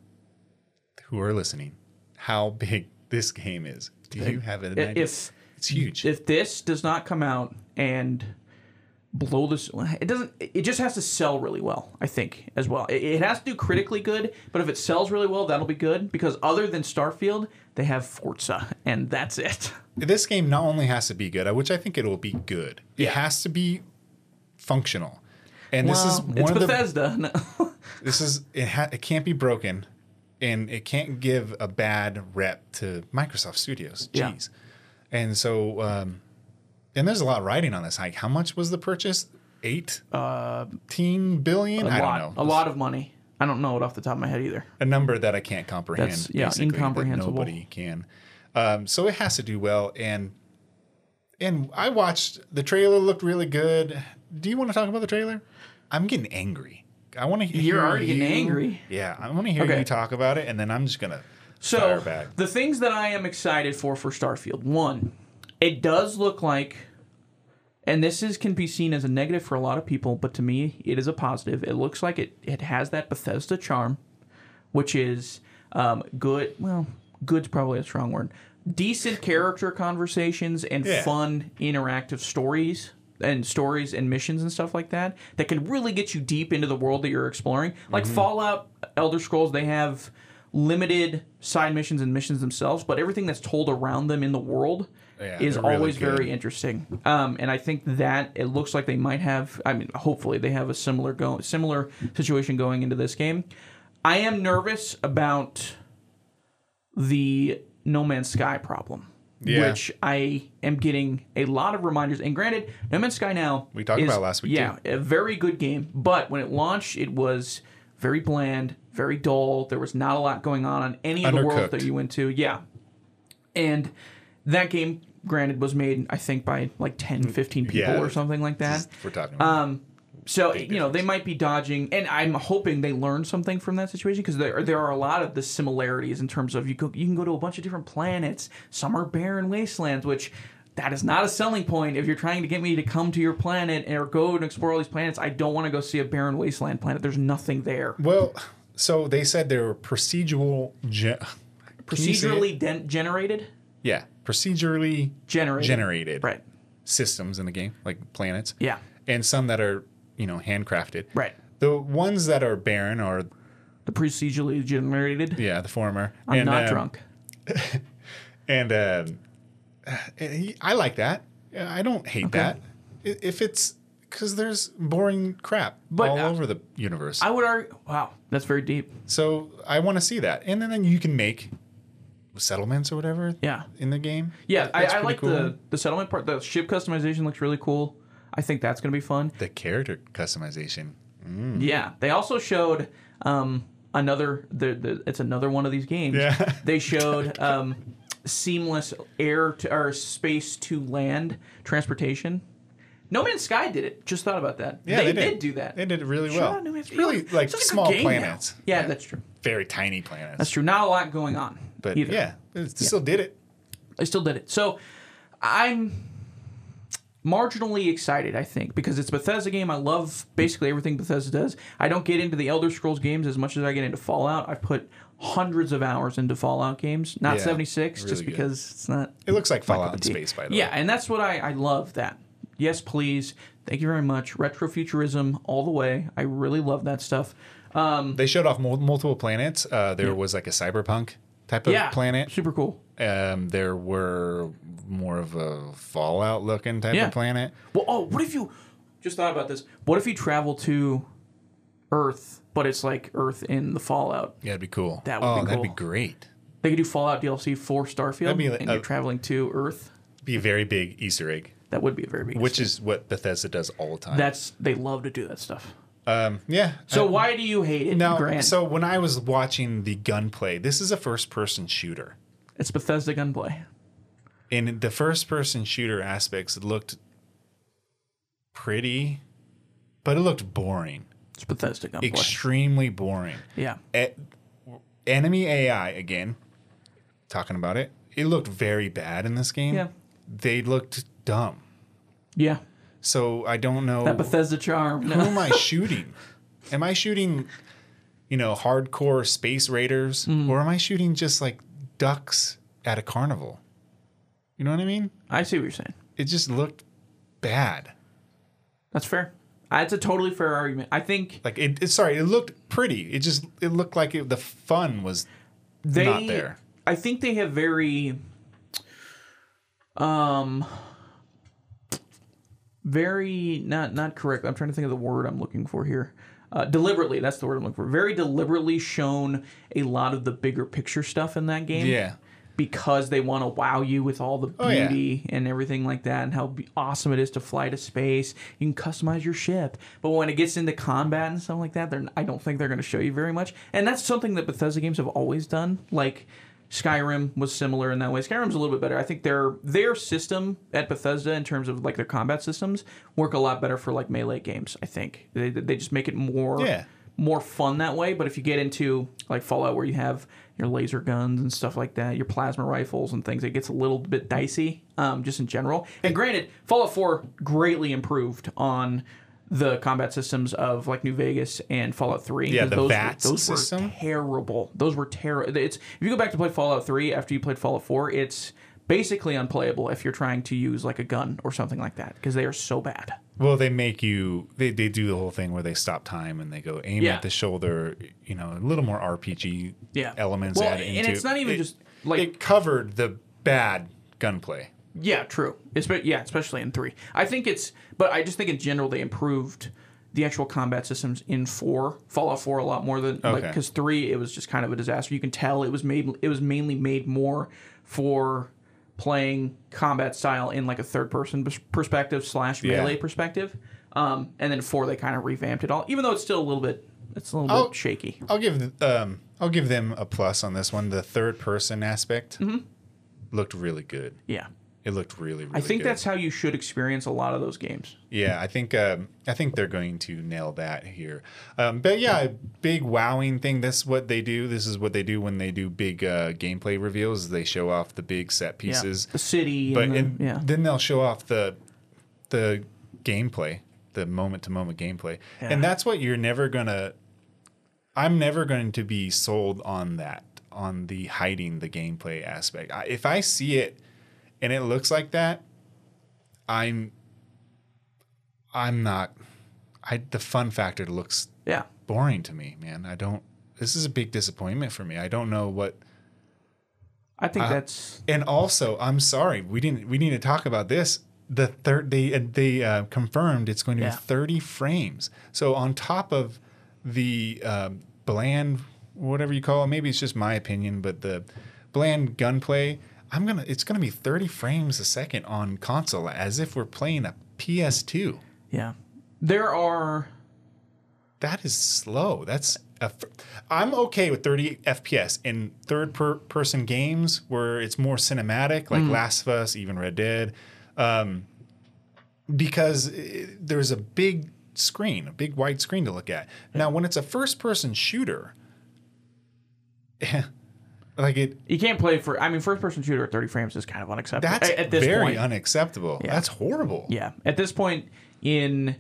who are listening how big this game is? Do you have an
I-
idea?
If
it's huge.
if this does not come out and blow this it doesn't it just has to sell really well i think as well it, it has to do critically good but if it sells really well that'll be good because other than starfield they have forza and that's it
this game not only has to be good, uh, which I think it will be good,
Yeah.
it has to be functional. And this is
well,
one
it's
of the
bethesda No.
this is it, ha- it can't be broken and it can't give a bad rep to microsoft studios
Yeah.
jeez and so um and there's a lot riding on this hike how much was the purchase eight teen billion
Uh, a
i
lot
don't know
a lot of money i don't know it off the top of my head either
a number that i can't comprehend
That's- yeah,
basically, that
incomprehensible.
nobody can um so it has to do well and and i watched the trailer looked really good do you want to talk about the trailer i'm getting angry I want to hear
You're already
you.
getting angry.
Yeah, I want to hear
Okay.
you talk about it, and then I'm just gonna fire
So
back.
the things that I am excited for for Starfield, one, it does look like, and this is can be seen as a negative for a lot of people, but to me it is a positive. It looks like it it has that Bethesda charm, which is um, good. Well, good's probably a strong word. Decent character conversations and
Yeah.
fun interactive stories and stories and missions and stuff like that that can really get you deep into the world that you're exploring. Like Fallout, Elder Scrolls, they have limited side missions and missions themselves, but everything that's told around them in the world
Yeah,
is
they're really
always
good.
very interesting. Um, and I think that it looks like they might have. I mean, hopefully they have a similar go similar situation going into this game. I am nervous about the No Man's Sky problem,
Yeah.
which I am getting a lot of reminders. And granted, No Man's Sky now
We talked
is-
about it last week,
Yeah, a very good game, but when it launched, it was very bland, very dull. There was not a lot going on on any of the worlds that
Undercooked.
you went to. Yeah, and that game, granted, was made I think by like 10, 15 people
Mm, Yeah.
or something like that.
We're talking about
um, So you know they might be dodging, and I'm hoping they learn something from that situation because there there are a lot of the similarities in terms of you go, you can go to a bunch of different planets. Some are barren wastelands, which that is not a selling point if you're trying to get me to come to your planet or go and explore all these planets. I don't want to go see a barren wasteland planet. There's nothing there.
well, so they said they were procedural, ge- Can you say it?
Procedurally den generated,
yeah, procedurally
generated,
generated
right?
systems in the game, like planets,
Yeah,
and some that are you know handcrafted.
right.
The ones that are barren are
The procedurally generated.
yeah the former.
I'm not
um,
drunk.
And um, uh, he- I like that. I don't hate that. I- If it's because there's boring crap
But,
all
uh,
over the universe.
I would argue. Wow, that's very deep.
so I want to see that, and then, then you can make settlements or whatever.
Yeah.
in the game.
Yeah, I,
That's
I
pretty
like the the settlement part. The ship customization looks really cool. I think that's gonna be fun.
the character customization. Hmm.
Yeah, they also showed um, another. The, the, it's another one of these games.
Yeah.
they showed um, seamless air to or space to land transportation. No Man's Sky did it. Just thought about that.
Yeah,
they,
they did.
do that.
They did it really
Shout
well.
out No Man's Sky.
Really,
It's
like
such a good
small
game now.
planets.
Yeah, that's true.
Very tiny planets.
That's true. Not a lot going on.
but
either.
yeah, it still did it.
I still did it. So I'm marginally excited, I think, because it's a Bethesda game. I love basically everything Bethesda does. I don't get into the Elder Scrolls games as much as I get into Fallout. I've put hundreds of hours into Fallout games, not
Yeah,
76, just
really good.
because it's not.
It looks like Fallout in
deep.
space, by the
yeah,
way.
and that's what I, I love that. Yes, please. Thank you very much. Retrofuturism all the way. I really love that stuff. Um,
They showed off mul- multiple planets. Uh, there was like a cyberpunk type of
yeah,
planet.
super cool.
Um, there were more of a Fallout looking type
Yeah.
of planet.
Well, oh, what if you just thought about this? What if you travel to Earth, but it's like Earth in the Fallout?
Yeah, it'd be cool.
That would
oh,
be
that'd be
cool.
great.
They could do Fallout DLC for Starfield,
That'd be like
and
a-
you're traveling to Earth.
Be a very big Easter egg,
That would be a very big.
which is what Bethesda does all the time.
that's they love to do that stuff.
um, yeah.
So why do you hate it,
now,
Grant?
so when I was watching the gunplay, this is a first-person shooter.
it's Bethesda gunplay.
and the first person shooter aspects looked pretty but it looked boring
It's Bethesda gunplay.
extremely boring
yeah,
E- enemy ai again talking about it it looked very bad in this game
Yeah.
they looked dumb
yeah,
so i don't know
that Bethesda charm.
who
No.
am i shooting am i shooting you know hardcore space raiders
Hmm.
or am i shooting just like ducks at a carnival you know what i mean
I see what you're saying.
it just looked bad.
That's fair. That's a totally fair argument. I think
Like it, it sorry, it looked pretty. It just it looked like it, the fun was
they
not there.
I think they have very um very not not correct. I'm trying to think of the word I'm looking for here. Uh, deliberately, that's the word I'm looking for. Very deliberately shown a lot of the bigger picture stuff in that game.
Yeah.
Because they want to wow you with all the
Oh, yeah.
beauty and everything like that, and how be- awesome it is to fly to space. You can customize your ship, but when it gets into combat and stuff like that, they're I don't think they're going to show you very much. And that's something that Bethesda games have always done. Like Skyrim was similar in that way. Skyrim's a little bit better. I think their their system at Bethesda in terms of like their combat systems work a lot better for like melee games. I think they they just make it more
Yeah.
more fun that way. But if you get into like Fallout, where you have your laser guns and stuff like that, your plasma rifles and things, it gets a little bit dicey, um, just in general. And granted, Fallout Four greatly improved on the combat systems of like New Vegas and Fallout Three.
Yeah,
'cause
the
those,
VATS
those were
system.
terrible. Those were terrible. It's if you go back to play Fallout Three after you played Fallout Four, it's basically unplayable if you're trying to use like a gun or something like that because they are so bad.
Well, they make you they, they do the whole thing where they stop time and they go aim
Yeah.
at the shoulder, you know, a little more RPG
Yeah.
elements
Well,
added
and
into
it's not even
it,
just, like-
it covered the bad gunplay.
Yeah, true. Espe- yeah, especially in three. I think it's, but I just think in general they improved the actual combat systems in four Fallout Four a lot more than like
Okay.
because three it was just kind of a disaster. You can tell it was made it was mainly made more for playing combat style in like a third person pers- perspective slash melee perspective. Um, and then four they kind of revamped it all, even though it's still a little bit it's a little
Oh.
bit shaky.
I'll give th- um I'll give them a plus on this one. The third person aspect
Mm-hmm.
looked really good.
Yeah,
It looked really really
I think
good.
that's how you should experience a lot of those games.
Yeah, I think um, I think they're going to nail that here. Um, but yeah, a big wowing thing. This is what they do. This is what they do when they do big uh, gameplay reveals. They show off the big set
Yeah,
pieces,
the city,
but
and the-
and
Mm-hmm. yeah,
then they'll show off the the gameplay, the moment to moment gameplay,
Yeah.
and that's what you're never gonna. I'm never going to be sold on that on the hiding the gameplay aspect. I, if I see it and it looks like that, I'm I'm not I the fun factor looks
yeah.
boring to me, man. I don't this is a big disappointment for me. I don't know what
I think that's
and also, I'm sorry, we didn't we need to talk about this. the third they uh, they uh, confirmed it's going to
Yeah.
be 30 frames. So on top of the uh, bland whatever you call it, maybe it's just my opinion, but the bland gunplay, I'm gonna it's gonna be 30 frames a second on console as if we're playing a PS2.
Yeah. There are
That is slow. That's a fr- I'm okay with 30 FPS in third per- person games where it's more cinematic,
Mm.
like Last of Us, even Red Dead, um, because eh, there's a big screen, a big wide screen to look at. Now, when it's a first person shooter, like it,
you can't play for I mean first person shooter at 30 frames is kind of unacceptable
that's
at, at this
very
point.
unacceptable. That's horrible.
yeah. At this point in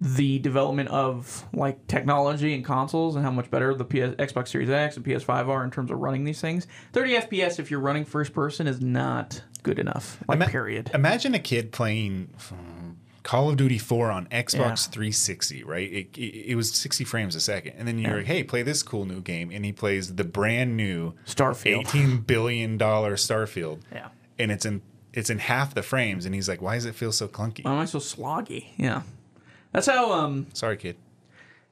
the development of like technology and consoles and how much better the PS, Xbox Series X and PS5 are in terms of running these things. 30 FPS if you're running first person is not good enough. Like
Ima-
period.
Imagine a kid playing um, Call of Duty 4 on Xbox
Yeah.
360, right? It, it, it was 60 frames a second. And then you're like, hey, play this cool new game. And he plays the brand new
Starfield.
$18 billion Starfield.
Yeah.
And it's in it's in half the frames. And he's like, why does it feel so clunky?
Why am I so sloggy? Yeah. That's how um
Sorry, kid.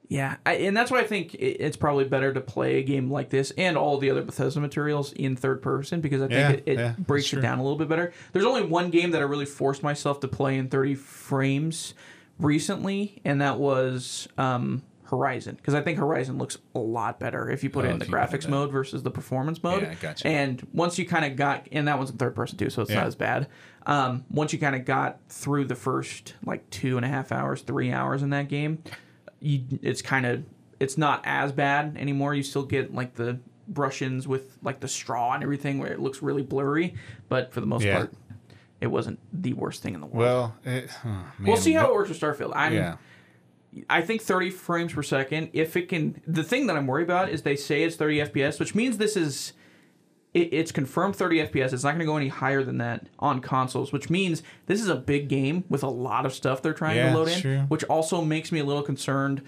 Yeah, I, and that's why I think it, it's probably better to play a game like this and all the other Bethesda materials in third person because I think
Yeah,
it, it
yeah, that's
breaks it down a little bit better. There's only one game that I really forced myself to play in 30 frames recently, and that was um, Horizon because I think Horizon looks a lot better if you put it
Oh,
in the
if you put it
graphics
in.
mode versus the performance mode.
Yeah, gotcha.
And once you kind of got, and that one's in third person too, so it's
Yeah.
not as bad. Um, once you kind of got through the first like two and a half hours, three hours in that game, you, it's kind of it's not as bad anymore. You still get like the brush-ins with like the straw and everything where it looks really blurry, but for the most
Yeah.
part, it wasn't the worst thing in the world.
Well, it, oh, man,
we'll see how it works with Starfield. I'm,
Yeah.
I think 30 frames per second. If it can, the thing that I'm worried about is they say it's 30 FPS, which means this is it, it's confirmed 30 FPS. It's not going to go any higher than that on consoles, which means this is a big game with a lot of stuff they're trying
Yeah,
to load in,
it's true.
which also makes me a little concerned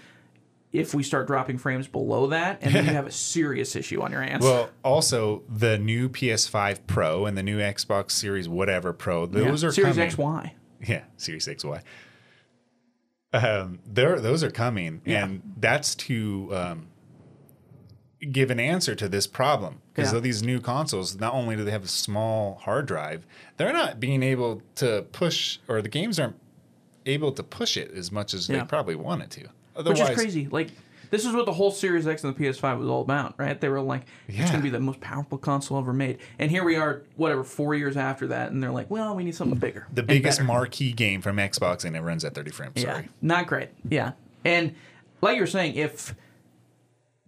if we start dropping frames below that, and then you have a serious issue on your hands.
Well, also the new PS5 Pro and the new Xbox Series whatever Pro,
Yeah.
those are
Series
coming.
X Y.
Yeah, Series XY. Um, there, those are coming, and that's to um, give an answer to this problem because
Yeah.
of these new consoles. Not only do they have a small hard drive, they're not being able to push, or the games aren't able to push it as much as
Yeah.
they probably wanted to.
which
Otherwise,
is crazy. Like this is what the whole Series X and the PS5 was all about, right? They were like, it's
Yeah.
gonna be the most powerful console ever made, and here we are, whatever, four years after that, and they're like, well, we need something bigger,
the
and
biggest
better."
marquee game from Xbox, and it runs at 30 frames.
yeah,
Sorry,
not great, yeah. And like you were saying, if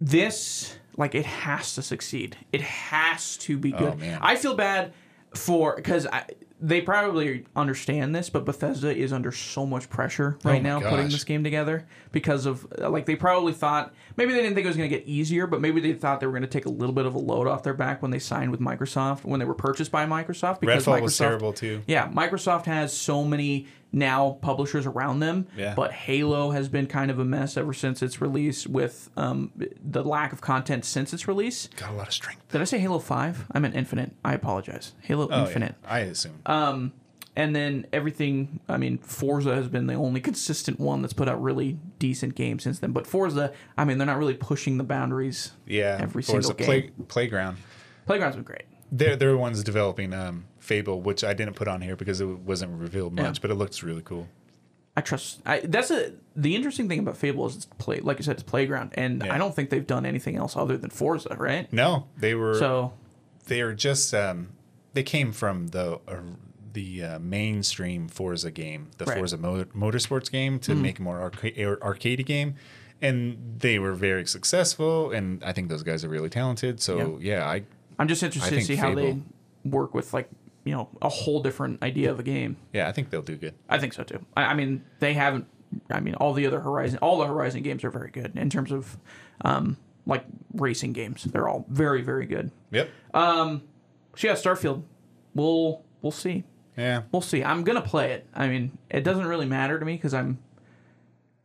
this, like, it has to succeed, it has to be good.
Oh, man.
I feel bad for because I. They probably understand this, but Bethesda is under so much pressure right
Oh my
now putting
gosh.
this game together because of uh, like they probably thought maybe they didn't think it was going to get easier, but maybe they thought they were going to take a little bit of a load off their back when they signed with Microsoft when they were purchased by Microsoft. Because
Redfall
Microsoft,
was terrible too.
yeah, Microsoft has so many now publishers around them,
Yeah.
but Halo has been kind of a mess ever since its release with um, the lack of content since its release.
Got a lot of strength.
Did I say Halo 5? I meant Infinite. I apologize. Halo
Oh, yeah,
Infinite. Uh,
I assume.
And then everything, I mean, Forza has been the only consistent one that's put out really decent games since then. But Forza, I mean, they're not really pushing the boundaries.
yeah,
every
or it's
single
a play, playground.
Playground's been great.
They're they're the ones developing um, Fable, which I didn't put on here because it wasn't revealed much,
Yeah.
but it looks really cool.
I trust. I, that's a the interesting thing about Fable is it's play, like you said, it's Playground, and
Yeah.
I don't think they've done anything else other than Forza, right?
No, they were
So
they are just um, they came from the uh, the uh, mainstream Forza game, the
Right. Mm-hmm.
Forza mo- Motorsports game, to make a more arca- ar- arcade game, and they were very successful. And I think those guys are really talented. So yeah, I
I'm just interested to
think
see how they
Fable-
work with like you know a whole different idea of a game.
yeah I think they'll do good.
I think so too. I, I mean, they haven't. I mean, all the other Horizon, all the Horizon games are very good in terms of um, like racing games. They're all very, very good.
Yep.
Uh, So yeah, Starfield. We'll we'll see.
yeah.
We'll see. I'm gonna play it. I mean, it doesn't really matter to me because I'm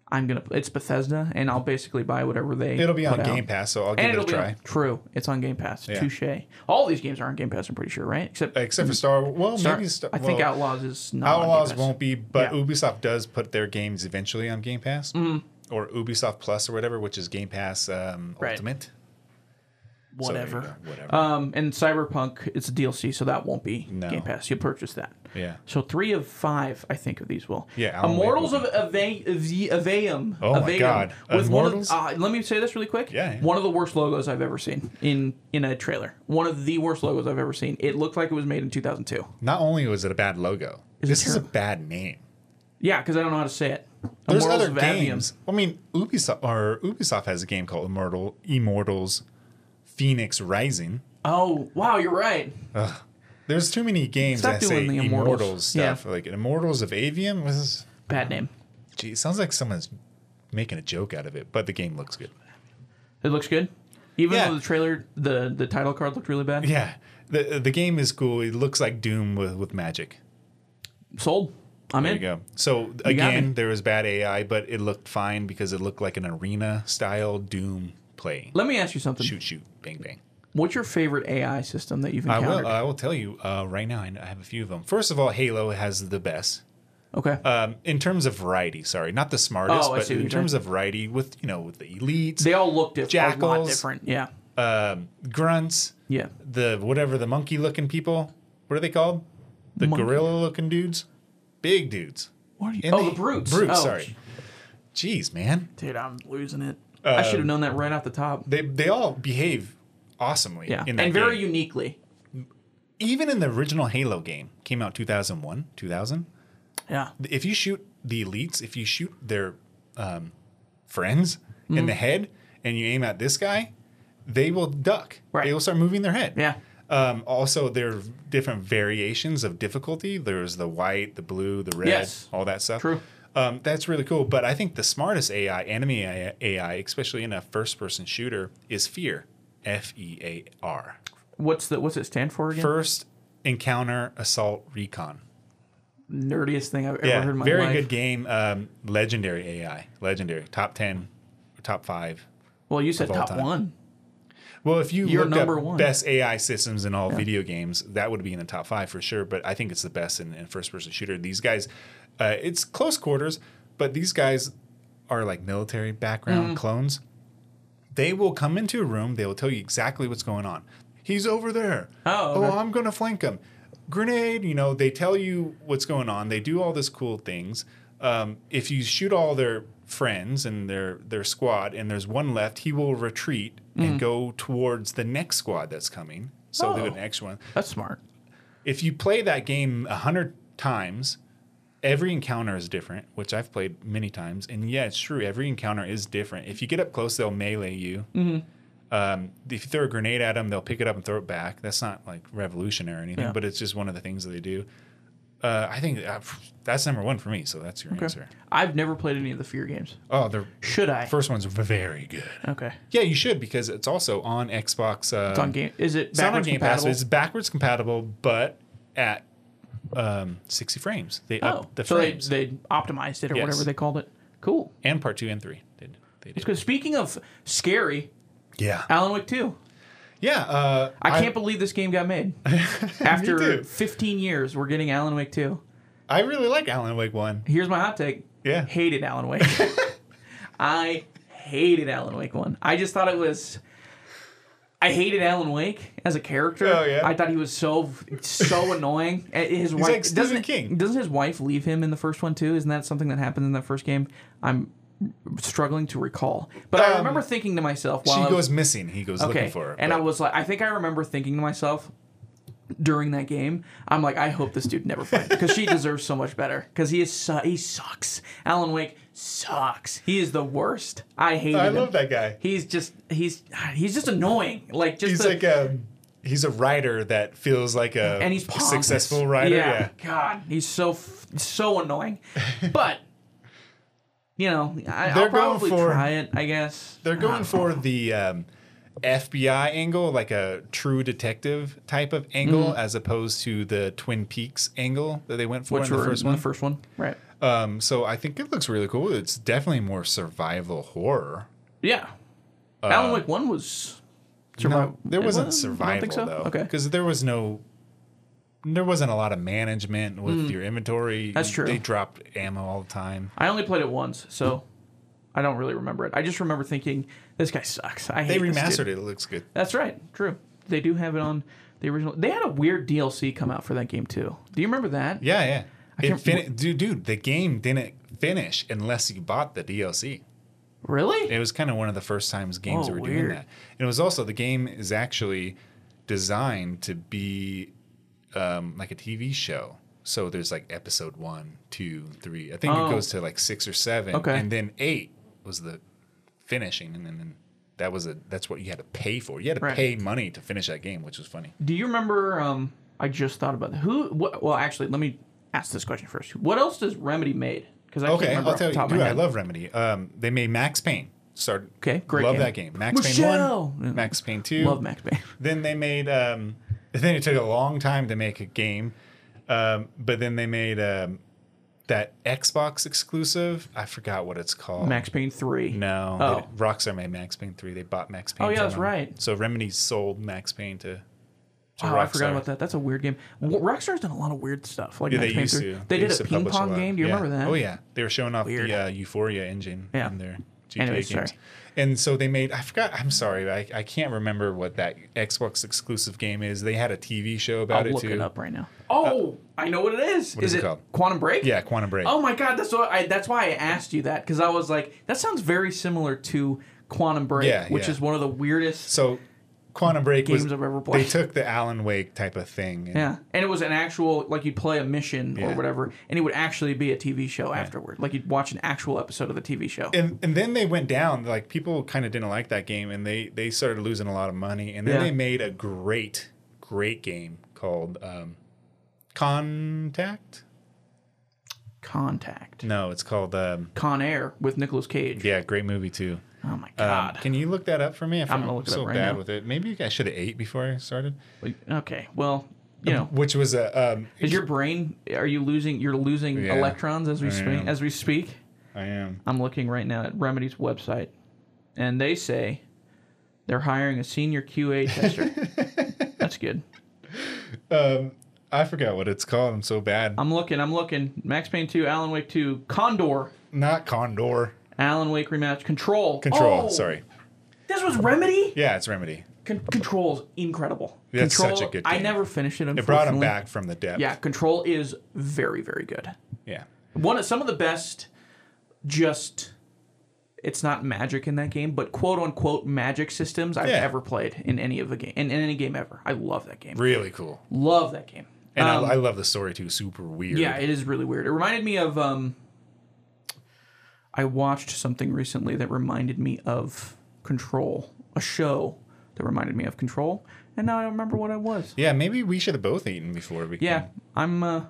I'm gonna. It's Bethesda, and I'll basically buy whatever they.
It'll be on
put out.
Game Pass, so I'll give
And
it a
it'll be
try.
on- true. It's on Game Pass.
Yeah.
Touche. All these games are on Game Pass. I'm pretty sure, right? Except
Except for Star Wars. Well,
Star-
maybe Star,
I think
well,
Outlaws is not.
Outlaws
on Game Pass.
won't be, but
Yeah.
Ubisoft does put their games eventually on Game Pass or Ubisoft Plus or whatever, which is Game Pass um,
Mm-hmm. Right.
Ultimate. So there you
Whatever.
go, whatever.
Um, and Cyberpunk, it's a DLC, so that won't be
No.
Game Pass. You'll purchase that.
yeah.
So three of five, I think, of these will.
Yeah, Alan Wake
Immortals
will
of Ava- of the Aveum.
Oh my
Aveum,
God.
With one of,
Immortals?
uh, let me say this really quick.
Yeah, yeah.
One of the worst logos I've ever seen in in a trailer. One of the worst logos I've ever seen. It looked like it was made in 2002.
Not only was it a bad logo,
Is it
this is a
terrible?
bad name.
Yeah, because I don't know how to say it.
There's
Immortals
other
of Aveum.
games. I mean, Ubisoft or Ubisoft has a game called Immortal Immortals Phoenix Rising.
Oh wow, you're right.
There's too many games
Stop
that say
doing the
Immortals,
Immortals.
stuff.
Yeah.
Like Immortals of Avium was
Bad name.
gee, it sounds like someone's making a joke out of it, but the game looks good.
It looks good. Even
Yeah.
though the trailer, the the title card looked really bad.
Yeah. The the game is cool. It looks like Doom with, with magic.
Sold. I'm
There
in.
you go. So
got me.
again, there was bad AI, but it looked fine because it looked like an arena style Doom play.
Let me ask you something.
Shoot, shoot, bang, bang.
What's your favorite AI system that you've
I
encountered?
will. I will tell you uh, right now. I I have a few of them. First of all, Halo has the best
okay.
um, in terms of variety. Sorry, not the smartest,
Oh, I
but
see what
in
you're
terms of variety, with you know, with the elites,
they all look different. A lot
Jackals.
different. Yeah.
um, grunts,
Yeah.
the whatever the monkey looking people. What are they called? The
Monkey.
gorilla looking dudes, big dudes.
What are you?
And
Oh,
they-
the brutes.
Brutes.
Oh,
Sorry. Uh, Jeez, man.
Dude, I'm losing it. I should have known that right off the top.
They they all behave awesomely.
Yeah.
In
And
that
very
game.
uniquely.
even in the original Halo game came out 2001 2000.
Yeah.
if you shoot the elites, if you shoot their um, friends in the head and you aim at this guy, they will duck.
Right.
They will start moving their head.
Yeah.
Um, also, there are different variations of difficulty. There's the white, the blue, the red,
Yes.
all that stuff.
True.
Um, that's really cool. But I think the smartest AI, enemy AI, AI, especially in a first person shooter, is fear. F E A R.
What's the what's it stand for again?
First encounter assault recon.
Nerdiest thing I've ever
Yeah,
heard in my
very
life.
good game. Um, legendary AI, legendary top ten, or top five.
Well, you said
all
top
time.
one.
Well, if you
You're
looked
number
up
one.
best AI systems in all video games, that would be in the top five for sure. But I think it's the best in, in first-person shooter. These guys, uh, it's close quarters, but these guys are like military
Mm.
background clones. They will come into a room. They will tell you exactly what's going on. He's over there.
Oh, okay.
oh, I'm gonna flank him. Grenade. You know, they tell you what's going on. They do all this cool things. Um, if you shoot all their friends and their their squad, and there's one left, he will retreat
Mm.
and go towards the next squad that's coming. So
Oh.
the next one.
That's smart.
If you play that game a hundred times, every encounter is different, which I've played many times. And yeah, it's true. Every encounter is different. If you get up close, they'll melee you.
Mm-hmm.
Um, if you throw a grenade at them, they'll pick it up and throw it back. That's not like revolutionary or anything,
Yeah.
but it's just one of the things that they do. Uh, I think uh, that's number one for me. So that's your answer.
I've never played any of the fear games.
Oh, the
Should I?
first one's very good.
okay.
Yeah, you should because it's also on Xbox. Uh,
It's on game. Is it
it's not on
backwards
Game Pass.
compatible?
but It's backwards compatible, but at um, 60 frames. They
oh,
upped the
so they,
frames.
they optimized it or
Yes.
whatever they called it. Cool.
and part two and three did. They did.
Because speaking of scary,
Yeah.
Alan Wake 2.
Yeah. Uh,
I can't believe this game got made. After
too.
15 years, we're getting Alan Wake 2.
I really like Alan Wake 1.
Here's my hot take.
Yeah.
Hated Alan Wake. I hated Alan Wake 1. I just thought it was I hated Alan Wake as a character.
Oh, yeah?
I thought he was so so annoying. Eh, His wife
like Stephen
doesn't
King.
doesn't his wife leave him in the first one too? Isn't that something that happens in that first game? I'm struggling to recall. But I
Um,
remember thinking to myself while
She
I was
goes missing. He goes
okay.
looking for her.
and
but-
I was like, I think I remember thinking to myself during that game, I'm like, I hope this dude never finds because she deserves so much better because he is su- he sucks. Alan Wake sucks. He is the worst. I hate
I
him.
love that guy.
He's just he's he's just annoying. Like just
He's
the,
like a. He's a writer that feels like a
and he's pompous.
successful writer. Yeah.
God, he's so f- so annoying. But you know, I,
They're
I'll
going
probably
for-
try it. I guess
They're
I
going
don't
for the um, FBI angle, like a true detective type
Mm-hmm.
of angle, as opposed to the Twin Peaks angle that they went for
know, which
in the
were
first
in
one.
the first one, right?
Um, so I think it looks really cool. It's definitely more survival horror.
Yeah. Alan Wake One was. survival.
Um, No, there
It
wasn't
was? I don't
survival
think so?
though,
Okay.
because there was no, there wasn't a lot of management with your inventory.
Hmm. That's true.
They dropped ammo all the time.
I only played it once, so I don't really remember it. I just remember thinking this guy sucks. I
They
hate this dude."
remastered it. It looks good.
That's right. True. They do have it on the original. They had a weird DLC come out for that game too. Do you remember that?
Yeah, yeah. It
can't-
fin- dude, dude, the game didn't finish unless you bought the DLC.
Really?
It was kind of one of the first times games
Whoa,
were doing
Oh, weird.
that. And it was also the game is actually designed to be um, like a TV show. So there's like episode one, two, three. I think
Oh.
it goes to like six or seven,
Okay.
and then eight was the finishing, and then and that was a that's what you had to pay for. You had to
Right.
pay money to finish that game, which was funny.
Do you remember? Um, I just thought about that. Who? What, well, actually, let me ask this question first. What else does Remedy made? Because I can't
Okay,
remember
I'll
off the
tell you,
top of
dude,
my
I
head.
love Remedy. Um, they made Max Payne. Started.
Okay, great
Love
game.
that game. Max
Michelle!
Payne one, Max Payne two.
Love Max Payne.
Then they made. Um, then it took a long time to make a game, um, but then they made um, that Xbox exclusive. I forgot what it's called.
Max Payne Three.
No,
Oh.
they- Rockstar made Max Payne three. They bought Max Payne.
Oh, yeah,
from
that's
them.
right.
So Remedy sold Max Payne to. to
Oh, I forgot
Rockstar.
about that. That's a weird game. Well, Rockstar's done a lot of weird stuff. Like
Yeah,
Max
they
Payne
used
3.
to.
They, did
used
a
to
ping
publish
pong
lot.
game. Do you
Yeah.
remember that?
Oh yeah, they were showing off
Weird.
the uh, Euphoria engine
Yeah.
in their GTA
Anyways,
games.
sorry.
And so they made. I forgot. I'm sorry. I, I can't remember what that Xbox exclusive game is. They had a TV show about
I'll
it
look
too. Uh,
it up right now. Oh, I know what it is.
is it called?
Quantum Break?
Yeah, Quantum Break.
Oh my god, that's what I, that's why I asked you that because I was like, that sounds very similar to Quantum Break,
Yeah,
which
yeah.
is one of the weirdest.
So Quantum Break was-
Games I've ever played.
They took the Alan Wake type of thing. And
Yeah, and it was an actual like you'd play a mission or
Yeah.
whatever, and it would actually be a TV show afterward. Like you'd watch an actual episode of the TV show.
and and then they went down like people kind of didn't like that game and they they started losing a lot of money and then
Yeah.
they made a great great game called um contact
Contact,
no it's called um
Con Air with Nicolas Cage.
yeah great movie too
Oh my
Um,
god.
can you look that up for me I
I'm gonna look it
so
up right
bad
now.
with it maybe i should have ate before i started
okay, well, you know,
which was a um
is your brain? Are you losing? You're losing
Yeah.
electrons as we
I
speak.
am.
As we speak.
i am
I'm looking right now at Remedy's website, and they say they're hiring a senior QA tester. That's good.
i forgot what it's called i'm so bad
I'm looking. I'm looking. Max Payne 2, Alan Wake 2, Condor,
not condor
Alan Wake rematch, Control.
control
Oh,
sorry
This was Remedy.
yeah it's remedy
Con- Control's incredible.
That's
Control,
such a good
I
game.
never finished it.
it brought him
unfortunately.
back from the depth
Yeah, Control is very very good.
yeah
One of some of the best. Just. It's not magic in that game, but quote unquote magic systems I've
Yeah.
ever played in any of a game in, in any game ever. I love that game.
really cool
Love that game.
And
Um,
I, I love the story too. Super weird.
yeah, it is really weird. It reminded me of um I watched something recently that reminded me of Control, a show that reminded me of Control, and now I don't remember what it was.
Yeah, maybe we should have both eaten before we.
Yeah,
came.
I'm uh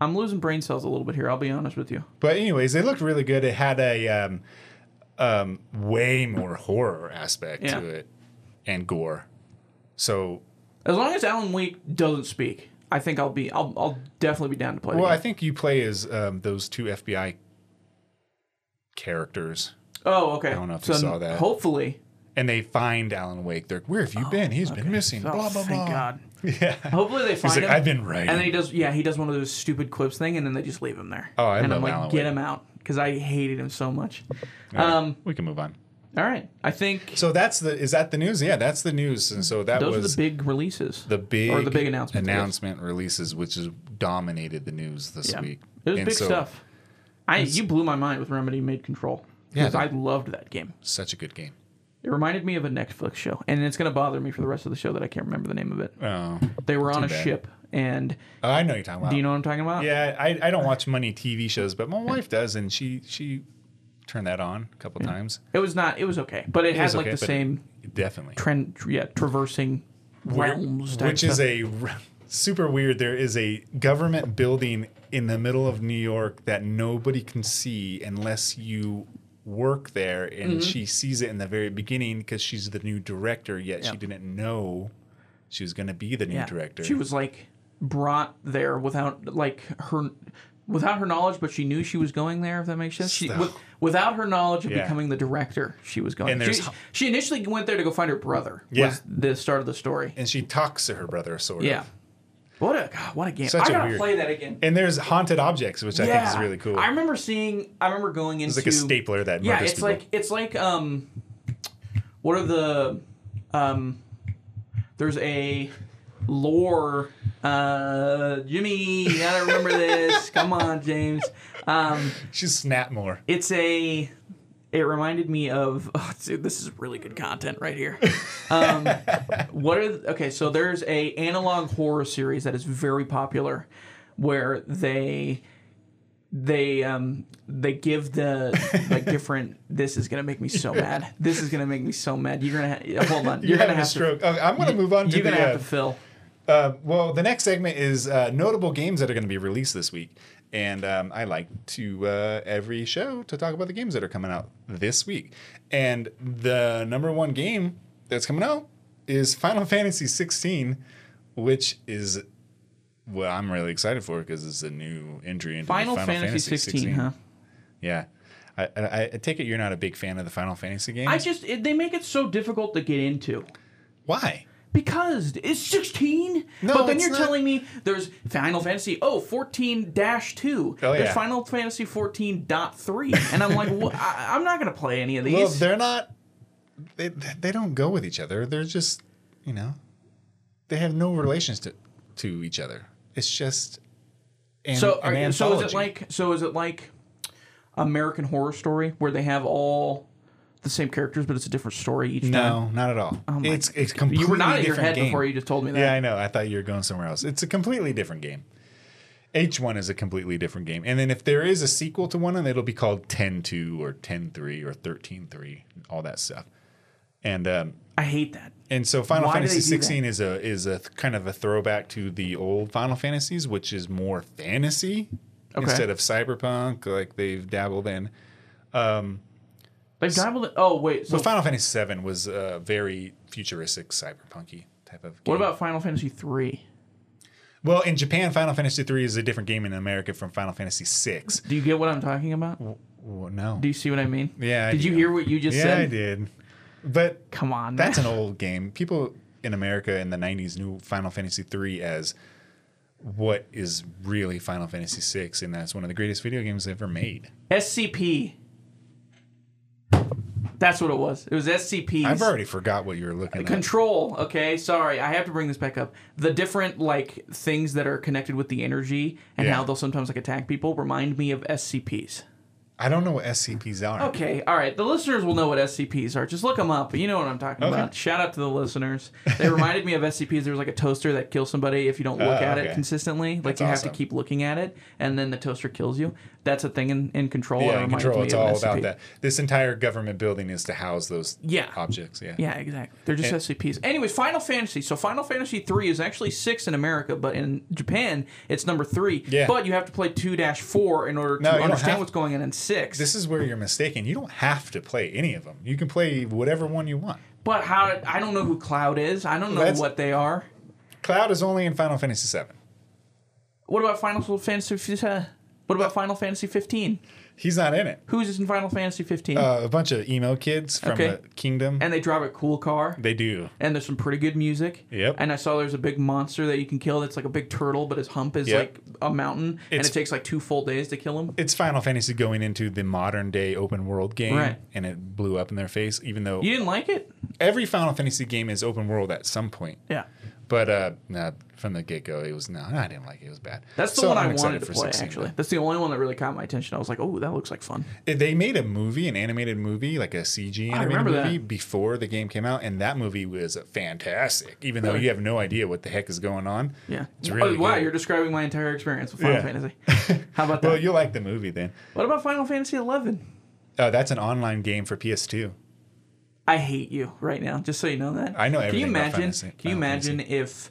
I'm losing brain cells a little bit here, I'll be honest with you.
But anyways, it looked really good. It had a um, um, way more horror aspect
Yeah.
to it, and gore. So
As long as Alan Wake doesn't speak, I think I'll be I'll I'll definitely be down to play. the
well, I
game.
think you play as um, those two FBI characters,
oh, okay. I
don't know if you saw that.
Hopefully.
and they find Alan Wake. They're where have you been? He's been missing.
Oh,
blah blah
thank
blah.
God.
Yeah.
Hopefully they find
He's like,
him.
I've been right.
And then he does, yeah, he does one of those stupid quips thing, and then they just leave him there.
Oh, I
and
love
I'm like,
Alan
get
Wake.
him out, because I hated him so much. Um,
we can move on.
all right, I think
So that's the is that the news? Yeah, that's the news. And so that
those
was
are the big releases.
the big
or the big announcement.
announcement releases, which has dominated the news this
yeah.
week.
It was
And
big
so-
stuff. I you blew my mind with Remedy Made Control.
Yeah,
Yeah,
that-
I loved that game.
Such a good game.
It reminded me of a Netflix show, and it's gonna bother me for the rest of the show that I can't remember the name of it.
Oh,
They were on a
bad.
ship, and
Oh, I know you're talking about.
do you know what I'm talking about?
yeah, I, I don't watch money TV shows, but my wife does, and she she turned that on a couple times.
It was not. It was okay, but it, had
was
like
okay,
the
but-
same
Definitely,
trend. Yeah, traversing realms, type
which is
stuff.
a r- super weird. There is a government building in the middle of New York that nobody can see unless you work there, and
Mm-hmm.
she sees it in the very beginning because she's the new director. Yet
Yeah.
she didn't know she was going to be the new
Yeah.
director.
She was like brought there without like her without her knowledge, but she knew she was going there. If that makes sense. She,
So-
with, without her knowledge of
Yeah.
becoming the director, she was going.
And
she,
there's-
she initially went there to go find her brother.
Yeah.
was the start of the story.
and she talks to her brother sort
Yeah.
of.
What a God, what a game!
Such
I
a
gotta
weird-
play that again.
And there's haunted objects, which I think is really cool.
I remember seeing. I remember going into
it's like a stapler that
Yeah,
murders
it's
people.
like it's like um, what are the um, there's a lore. Uh, Jimmy, I don't remember this. Come on, James. Um,
she's snap more.
it's a. It reminded me of. Oh, dude, this is really good content right here. Um, what are okay? So there's a analog horror series that is very popular, where they they um they give the like different. This is gonna make me so mad. This is gonna make me so mad. You're gonna ha- hold on. You're,
You're
gonna
having a
have
stroke. Oh, I'm going to move on
to.
to
You're
the
gonna have
uh,
to fill.
Uh, well, the next segment is uh, notable games that are going to be released this week, and um, I like to uh, every show to talk about the games that are coming out this week. And the number one game that's coming out is Final Fantasy 16, which is what I'm really excited for because it's a new entry into
Final,
the
Fantasy, 16, huh?
Yeah, I, I, I take it you're not a big fan of the Final Fantasy games.
I just it, they make it so difficult to get into.
Why?
Because it's 16?
No,
but then
it's
you're
not.
telling me there's Final Fantasy, oh, 14 2.
Oh,
There's
yeah.
Final Fantasy 14.3. And I'm like, well, I, I'm not going to play any of these.
Well, they're not. They they don't go with each other. They're just you know, they have no relations to to each other. It's just. An,
so,
an
are- so is it
anthology.
like so is it like American Horror Story where they have all the same characters but it's a different story each time?
No, not at all. it's it's completely
Oh You were nodding your
different
head
game.
before you just told me that.
Yeah, I know. I thought you were going somewhere else. It's a completely different game. H one is a completely different game, and then if there is a sequel to one, then it'll be called 10-2 or 10-3 or 13-3, all that stuff. And um,
I hate that.
And so Final
Why do
Fantasy
they do that?
16 is a is a th- kind of a throwback to the old Final Fantasies, which is more fantasy
Okay.
instead of cyberpunk like they've dabbled in.
They've dabbled in, Oh, wait. So
But Final Fantasy 7 was a very futuristic cyberpunky type of game.
what about Final Fantasy 3?
Well, in Japan Final Fantasy 3 is a different game in America from Final Fantasy 6.
Do you get what I'm talking about?
Well, no.
Do you see what I mean?
Yeah, I
Did you
do.
hear what you just
yeah,
said?
I did. But
Come on. man.
That's an old game. People in America in the 90s knew Final Fantasy 3 as what is really Final Fantasy 6 and that's one of the greatest video games ever made.
SCP. That's what it was. It was SCP.
I've already forgot what you were looking at.
Control. Okay, sorry, I have to bring this back up. The different like things that are connected with the energy and
Yeah.
how they'll sometimes like attack people remind me of SCPs.
I don't know what SCPs are.
Okay, all right. The listeners will know what SCPs are. Just look them up. You know what I'm talking about. Shout out to the listeners. They reminded me of SCPs. There was like a toaster that kills somebody if you don't look
Oh,
at it
okay.
consistently. Like
That's
you
awesome.
have to keep looking at it, and then the toaster kills you. That's a thing in, in Control. It
Yeah, in
reminded
control.
me
It's
of
all
SCP.
about that. This entire government building is to house those
Yeah.
objects. Yeah.
Yeah, exactly. They're
Eh.
just SCPs. Anyways, Final Fantasy. So Final Fantasy three is actually six in America, but in Japan it's number three.
Yeah.
But you have to play two dash four in order to
No, you don't
understand
have-
what's going on in six.
This is where you're mistaken. You don't have to play any of them. You can play whatever one you want.
but how I don't know who Cloud is. I don't know
That's-
what they are.
Cloud is only in Final Fantasy 7.
What about Final Fantasy? uh, What about Final Fantasy fifteen?
He's not in it.
Who's in Final Fantasy fifteen?
Uh, a bunch of emo kids from
Okay.
the kingdom.
and they drive a cool car.
they do.
And there's some pretty good music.
Yep.
And I saw there's a big monster that you can kill that's like a big turtle, but his hump is
Yep.
like a mountain, and
It's-
it takes like two full days to kill him.
it's Final Fantasy going into the modern day open world game,
Right.
and it blew up in their face. Even though
You didn't like it?
every Final Fantasy game is open world at some point,
Yeah.
but uh, nah, from the get go, it was no, I didn't like it. It was bad.
That's the
So
one
I'm
i
excited
wanted to
for
play,
16,
actually. That's the only one that really caught my attention. I was like, oh, that looks like fun.
though. They made a movie, an animated movie, like a CG animated
remember
movie, before the game came out, and that movie was fantastic. Even though
Really?
you have no idea what the heck is going on.
Yeah.
It's really
oh, wow,
good.
you're describing my entire experience with Final
Yeah.
Fantasy. How about that?
Well, you'll like the movie then.
what about Final Fantasy 11?
Oh, that's an online game for PS2.
I hate you right now, just so you know that.
I know
Can you
everything about
imagine,
Fantasy-
Can you
Final
imagine if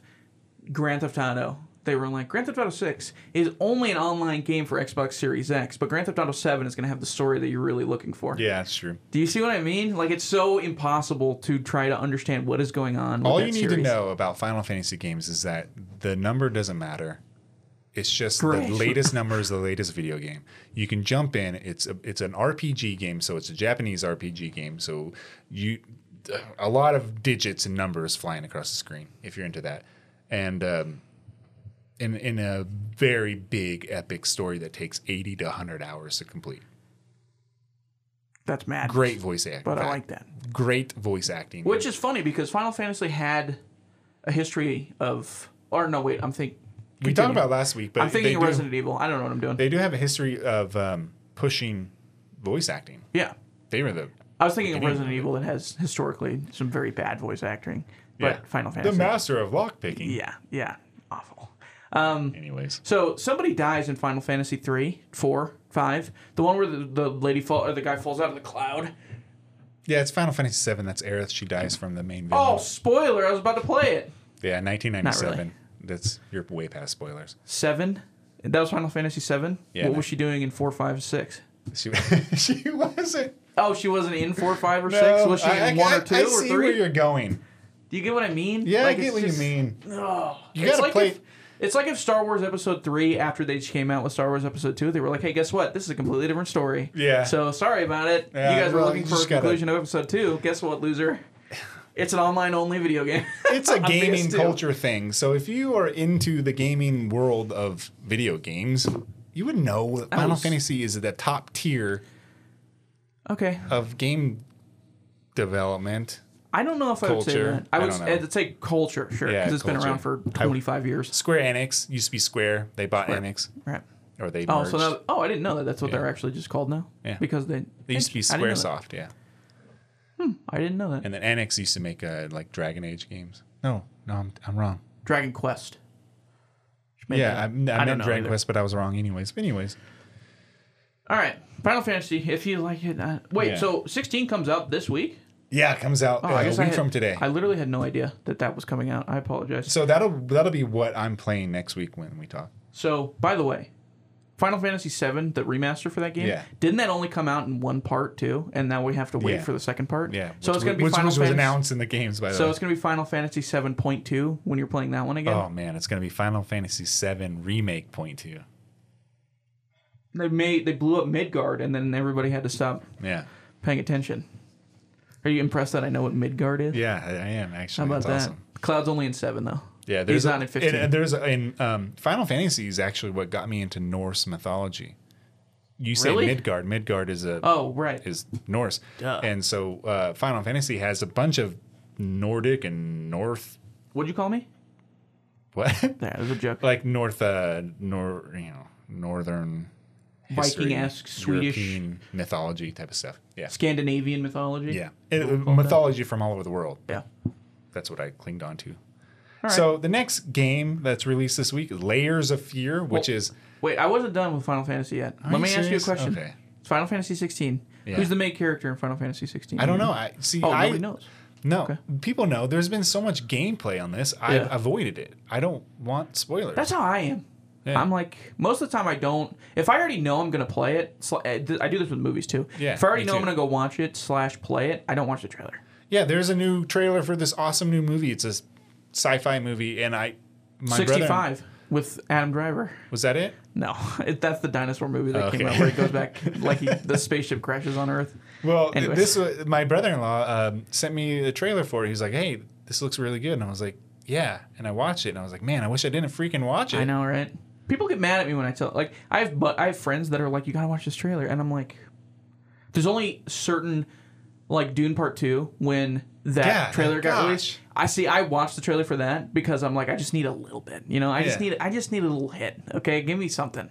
Grand Theft Auto, they were like, Grand Theft Auto 6 is only an online game for Xbox Series X, but Grand Theft Auto 7 is going to have the story that you're really looking for.
Yeah, that's true.
Do you see what I mean? Like, it's so impossible to try to understand what is going on. With
All
that
you need to
series.
know about Final Fantasy games is that the number doesn't matter. It's just
Great.
the latest number is the latest video game. You can jump in. It's a, it's an RPG game, so it's a Japanese RPG game. So you a lot of digits and numbers flying across the screen if you're into that, and um, in in a very big epic story that takes eighty to hundred hours to complete.
That's mad.
Great voice acting,
But I like that.
Great voice acting,
Which is funny because Final Fantasy had a history of. Or no, wait. I'm thinking.
we talked about last week. But
I'm thinking
they
of
do-
Resident Evil. I don't know what I'm doing.
they do have a history of um, pushing voice acting.
yeah.
They were the
I was thinking of
Beginning
Resident
of it.
Evil that has historically some very bad voice acting. But
Yeah.
Final Fantasy.
the master of lockpicking.
yeah. Yeah. Awful.
Anyways,
So somebody dies in Final Fantasy three, four, five. The one where the, the lady fall or the guy falls out of the cloud.
yeah, it's Final Fantasy VII. That's Aerith. She dies from the main villain.
Oh, spoiler! I was about to play it.
yeah, 1997.
Not really.
That's you're way past spoilers.
Seven. That was Final Fantasy seven.
Yeah,
what
no.
was she doing in four, five, six?
She, she wasn't.
Oh, she wasn't in four, five, or six.
No,
Was she
I-
in
I-
one
I-
or two
I
or
see where
three?
you're going.
Do you get what I mean?
Yeah,
Like, it's
I get what
just-
you mean.
Oh,
You
it's
gotta
like
play-
If, it's like if Star Wars Episode Three, after they just came out with Star Wars Episode Two, they were like, "Hey, guess what? This is a completely different story."
Yeah.
So sorry about it.
Yeah,
you guys were
well,
looking
you
for a
just gotta-
conclusion of Episode Two. Guess what, loser? It's an online-only video game.
It's a
On
gaming
PS2.
culture thing. So if you are into the gaming world of video games, you would know that Final
was-
Fantasy is at the top tier
Okay.
of game development.
I don't know if I would say
Culture.
that. I
I
would.
don't know.
I'd say culture, sure,
Yeah,
because it's been
culture.
around for
I-
25 years.
Square Enix used to be Square. They bought Enix,
Right.
or they
Oh,
merged.
so now, oh, I didn't know that. That's what
Yeah.
they're actually just called now.
Yeah.
Because they.
they used to be
I didn't know that.
SquareSoft, yeah.
I didn't know that.
And then Enix used to make uh, like Dragon Age games. No, no, I'm, I'm wrong.
Dragon Quest. Maybe.
yeah, I, I
don't
meant
know
Dragon
either.
Quest, but I was wrong. Anyways, but anyways,
All right, Final Fantasy. If you like it, uh, wait.
Yeah.
So sixteen comes out this week.
yeah, it comes out
Oh,
uh,
I
a
guess
week
I had-
from today.
I literally had no idea that that was coming out. I apologize. So,
so that'll that'll be what I'm playing next week when we talk.
by the way, Final Fantasy VII, the remaster for that game,
Yeah.
didn't that only come out in one part too? And now we have to wait
Yeah.
for the second part.
Yeah,
So
which
it's gonna
was-
be
which
Final
was, was
Fantasy.
announced in the games by the
so
way.
it's gonna be Final Fantasy seven point two when you're playing that one again.
Oh man, it's gonna be Final Fantasy VII Remake Point Two.
They made they blew up Midgard, and then everybody had to stop
Yeah,
paying attention. Are you impressed that I know what Midgard is?
yeah, I, I am
How
actually.
about
it's
that?
awesome.
Cloud's only in seven though.
Yeah,
He's
there's
not
a,
in 15.
And, and there's a, and um, Final Fantasy is actually what got me into Norse mythology. You say
Really?
Midgard. Midgard is a
Oh right.
is Norse,
Duh.
and so uh, Final Fantasy has a bunch of Nordic and North
What'd you call me?
what
That was a joke.
like North uh nor you know Northern history,
Viking-esque, Swedish-
European mythology type of stuff. Yeah,
Scandinavian mythology.
yeah, It- uh, mythology from all over the world.
Yeah.
That's what I clinged on to.
right.
So the next game that's released this week is Layers of Fear, which
Well,
is
Wait, I wasn't done with Final Fantasy yet.
Are
Let
you
me ask you a
serious?
question.
Okay.
It's Final Fantasy 16.
Yeah.
Who's the main character in Final Fantasy 16?
I don't know. I see.
Oh,
I
nobody knows.
no.
Okay.
People know. There's been so much gameplay on this. I
Yeah.
avoided it. I don't want spoilers.
That's how I am.
Yeah.
I'm like most of the time I don't. If I already know I'm gonna play it, sl- I do I do this with movies too.
Yeah,
If I already
me
know I'm
too.
gonna go watch it slash play it, I don't watch the trailer.
yeah. There's a new trailer for this awesome new movie. It's a sci-fi movie, and I my brother
65 with Adam Driver.
was that it.
No, it, that's the dinosaur movie that came
Okay.
out where it goes back like he, the spaceship crashes on Earth.
Well, th-
Anyways.
this wa- my brother-in-law um, sent me a trailer for it. He's like, "Hey, this looks really good," and I was like, "Yeah." And I watched it, and I was like, "Man, I wish I didn't freaking watch it."
I know, right? People get mad at me when I tell like I have but I have friends that are like, you gotta watch this trailer, and I'm like, there's only certain like Dune Part Two when that
Yeah,
trailer got
gosh.
released. I see. I watched the trailer for that because I'm like, I just need a little bit, you know. I just
Yeah.
need I just need a little hit. Okay, give me something.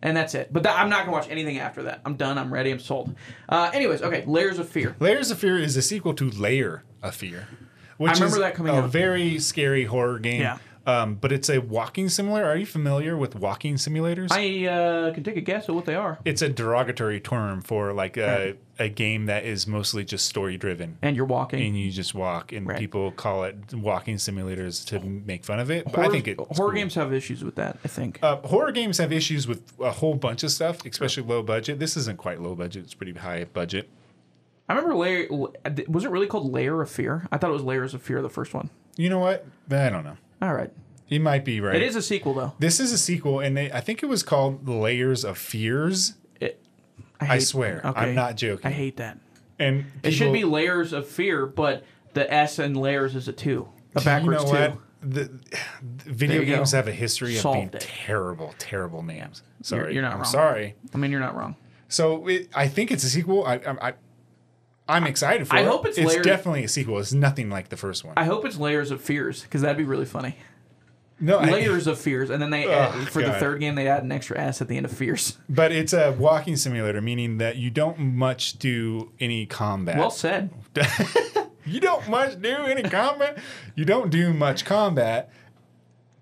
And that's it. But that, I'm not gonna watch anything after that. I'm done. I'm ready. I'm sold. Uh, anyways, okay. Layers of Fear.
Layers of Fear is a sequel to Layer of Fear, which
remember
is
that coming
a
out.
very scary horror game.
Yeah.
Um, but it's a walking simulator. Are you familiar with walking simulators?
I uh, can take a guess at what they are.
it's a derogatory term for like a, a game that is mostly just story driven.
And you're walking.
And you just walk, and
Right.
people call it walking simulators to make fun of it. But I
Horror-
think it
horror games have issues with that. I think.
uh, horror games have issues with a whole bunch of stuff, especially low budget. This isn't quite low budget; it's pretty high budget.
I remember layer. Was it really called Layer of Fear? I thought it was Layers of Fear, the first one.
You know what? I don't know.
All right.
He might be right.
It is a sequel though.
This is a sequel, and they, I think it was called Layers of Fears.
It,
I
hate-
swear,
okay.
I'm not joking.
I hate that.
and
It should be
people-
layers of fear, but the S in layers is a two, a
you
backwards
know
two.
what? The, the video
you go.
games have a history of
Solved
being
it.
terrible, terrible names. Sorry,
you're not
I'm
wrong.
sorry.
I mean, you're not wrong.
So it, I think it's a sequel. I, I, I I'm excited for
I
it.
hope it's
it's
layered-
definitely a sequel. It's nothing like the first one.
I hope it's layers of fears because that'd be really funny.
no, I-
Layers of fears, and then they
Oh,
add, for the
God.
third game they add an extra S at the end of fears.
but it's a walking simulator, meaning that you don't much do any combat.
Well said.
you don't much do any combat. You don't do much combat.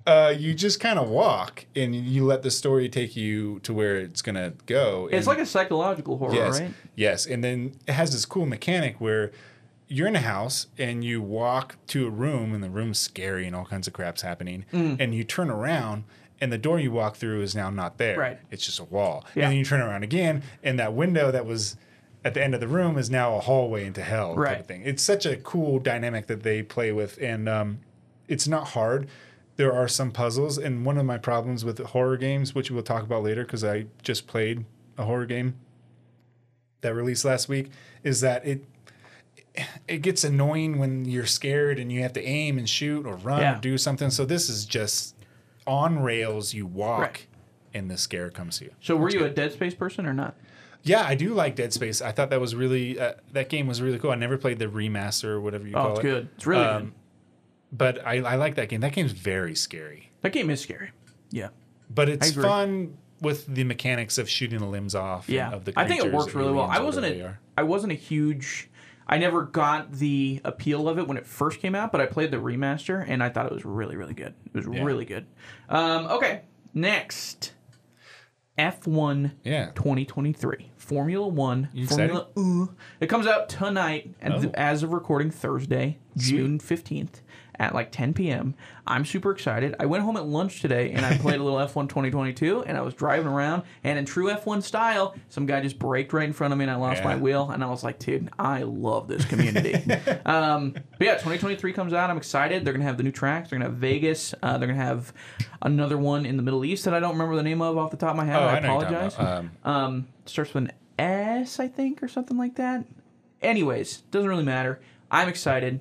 Uh, you just kind of walk and you let the story take you to where it's gonna go.
It's
And-
like a psychological horror,
yes,
right?
yes. And then it has this cool mechanic where you're in a house and you walk to a room and the room's scary and all kinds of crap's happening.
Mm.
And you turn around and the door you walk through is now not there.
Right.
It's just a wall.
Yeah.
And then you turn around again and that window that was at the end of the room is now a hallway into hell type
Right.
of thing. It's such a cool dynamic that they play with, and um, it's not hard. There are some puzzles, and one of my problems with horror games, which we'll talk about later, because I just played a horror game that released last week, is that it it gets annoying when you're scared and you have to aim and shoot or run
Yeah.
or do something. So this is just on rails. You walk,
Right.
and the scare comes to you.
So were you a Dead Space person or not?
Yeah, I do like Dead Space. I thought that was really uh, that game was really cool. I never played the remaster or whatever you
Oh,
call
it's
it.
good. It's really
Um,
good.
But I, I like that game. That game's very scary,
That game is scary. Yeah,
but it's
agree.
fun with the mechanics of shooting the limbs off. and
yeah.
of the
I think it
creatures,
works really well.
aliens,
I wasn't
whatever they
a,
are.
I wasn't a huge. I never got the appeal of it when it first came out, but I played the remaster and I thought it was really, really good. It was really good. Um, okay, next, F one
Yeah.
2023 Formula One.
You
Formula U. It comes out tonight, and th-
Oh.
as of recording Thursday, June 15th at like 10 p.m. I'm super excited. I went home at lunch today and I played a little F1 2022, and I was driving around, and in true F1 style, some guy just braked right in front of me, and I lost
Yeah.
my wheel, and I was like, dude, I love this community. um, but yeah, 2023 comes out. I'm excited. They're gonna have the new tracks. They're gonna have Vegas. Uh, they're gonna have another one in the Middle East that I don't remember the name of off the top of my head.
Oh,
I,
I, know what you're
apologize.
talking about. Um,
Um, starts with an S, I think, or something like that. Anyways, doesn't really matter. I'm excited.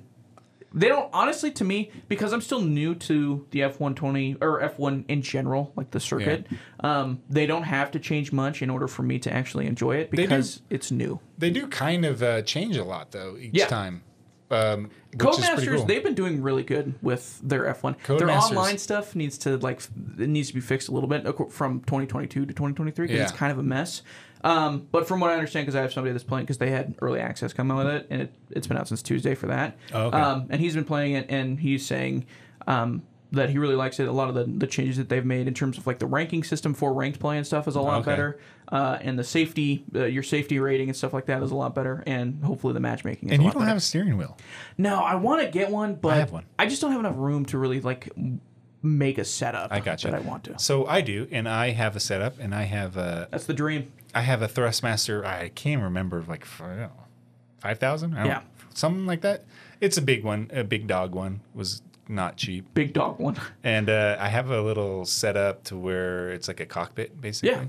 They don't honestly to me because I'm still new to the F120 or F1 in general, like the circuit. Um, they don't have to change much in order for me to actually enjoy it
do.
because it's new.
they do kind of uh, change a lot though each
Yeah.
time. Um, which is pretty
Codemasters,
cool.
they've been doing really good with their F1. Their
Codemasters.
online stuff needs to like f- it needs to be fixed a little bit ac- from 2022 to 2023 because it's
Yeah.
kind of a mess. Um, but from what I understand, because I have somebody that's playing, because they had early access coming with it, and it, it's been out since Tuesday for that.
Oh, okay.
Um, and he's been playing it, and he's saying um, that he really likes it. A lot of the, the changes that they've made in terms of like the ranking system for ranked play and stuff is a lot
Okay.
better, uh, and the safety, uh, your safety rating and stuff like that is a lot better, and hopefully the matchmaking. Is
and
a
you
lot
don't
better.
have a steering wheel.
No, I want to get one, but I,
have one.
just don't have enough room to really like m- make a setup.
I gotcha.
That I want to.
So I do, and I have a setup, and I have a
That's the dream.
I have a Thrustmaster. I can't remember like five thousand.
Yeah.
something like that. It's a big one, a big dog one. Was not cheap,
Big dog one.
and uh, I have a little setup to where it's like a cockpit basically.
Yeah.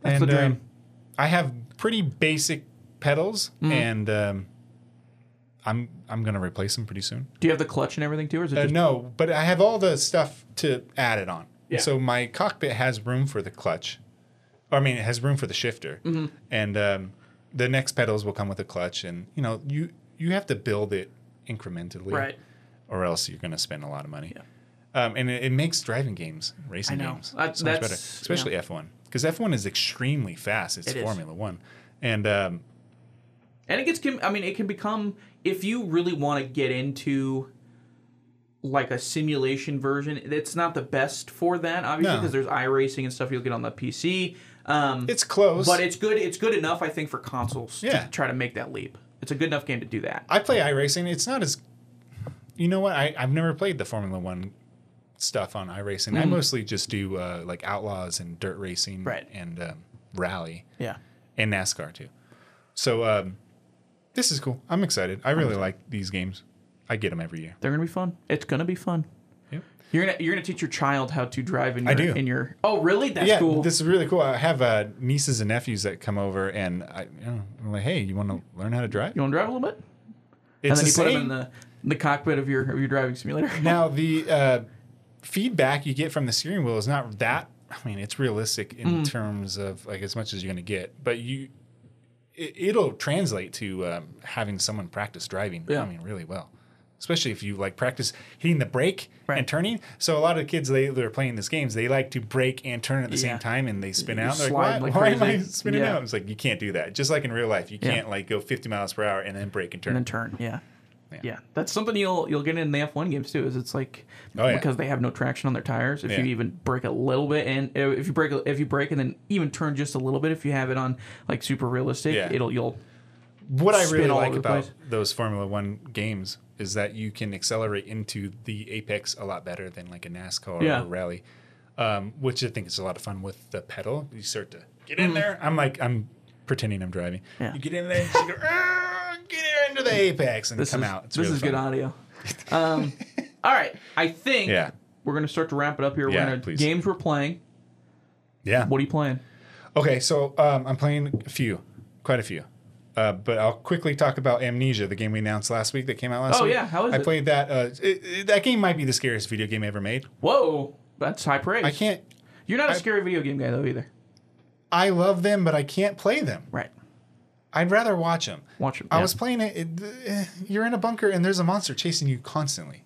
That's
and,
the dream.
um, I have pretty basic pedals,
Mm.
and um, I'm I'm gonna replace them pretty soon.
Do you have the clutch and everything too, or is it
Uh,
just
no, but I have all the stuff to add it on.
Yeah.
So my cockpit has room for the clutch. Or, I mean, it has room for the shifter,
Mm-hmm.
and um, the next pedals will come with a clutch. And you know, you you have to build it incrementally,
right?
Or else you're going to spend a lot of money. Um, and it, it makes driving games, racing
I know.
games,
That-
so much better,
that's-
especially F1 because F1 is extremely fast. It's
It is.
Formula One, and um,
And it gets. com- I mean, it can become if you really want to get into like a simulation version. It's not the best for that, obviously,
No.
because there's iRacing and stuff you'll get on the PC. Um,
it's close.
but it's good. It's good enough, I think, for consoles
Yeah.
to try to make that leap. It's a good enough game to do that.
I play iRacing. It's not as you know what I I've never played the Formula One stuff on iRacing. I mostly just do uh, like outlaws and dirt racing
Hmm. Right.
and um, rally
Yeah.
and NASCAR too. So um, this is cool. I'm excited. I really like these games. I get them every year.
They're gonna be fun. It's gonna be fun.
Yep.
You're gonna you're gonna teach your child how to drive in your
do.
in your. Oh, really? That's
yeah,
cool.
this is really cool. I have uh, nieces and nephews that come over, and I, you know, I'm like, hey, you want to learn how to drive?
you want to drive a little bit, and
It's
then you
the
put them
same-
in the the cockpit of your of your driving simulator.
Now the uh, feedback you get from the steering wheel is not that. I mean, it's realistic in
Mm.
terms of like as much as you're going to get, but you it, it'll translate to um, having someone practice driving.
Yeah.
I mean, really well, especially if you like practice hitting the brake
Right.
and turning. So a lot of kids they that are playing these games they like to brake and turn at the
Yeah.
same time, and they spin
You
out. They're
slide
like, why,
like
why am I
crazy."
spinning
Yeah.
out? It's like you can't do that. Just like in real life, you
Yeah.
can't like go 50 miles per hour and then brake and turn.
and then turn. Yeah.
Yeah.
yeah, That's something you'll you'll get in the F1 games too. Is it's like
Oh, yeah.
because they have no traction on their tires. If
Yeah.
you even brake a little bit, and if you brake if you brake and then even turn just a little bit, if you have it on like super realistic,
Yeah.
it'll you'll
what I
spin
really
all
like
over the
about
place.
those Formula One games is that you can accelerate into the apex a lot better than like a NASCAR
Yeah.
or a rally, um, which I think is a lot of fun with the pedal. You start to get in there. I'm like, I'm pretending I'm driving.
Mm. Yeah.
You get in there, and you go, "Ah, get into the apex and
this
come
is,
out. It's
this
really
is
fun.
good audio. Um, all right, I think
Yeah.
we're gonna start to wrap it up here.
Yeah,
we're gonna
please.
games we're playing.
Yeah.
What are you playing?
Okay, so um, I'm playing a few, quite a few. Uh, but I'll quickly talk about Amnesia, the game we announced last week that came out last
Oh,
week.
yeah, how is
I
it?
played that. Uh, it, it- that game might be the scariest video game ever made.
Whoa, that's high praise.
I can't.
You're not a scary video game guy though either,
I love them, but I can't play them.
right?
I'd rather watch them.
Watch it.
I
yeah.
was playing it. it eh, you're in a bunker and there's a monster chasing you constantly.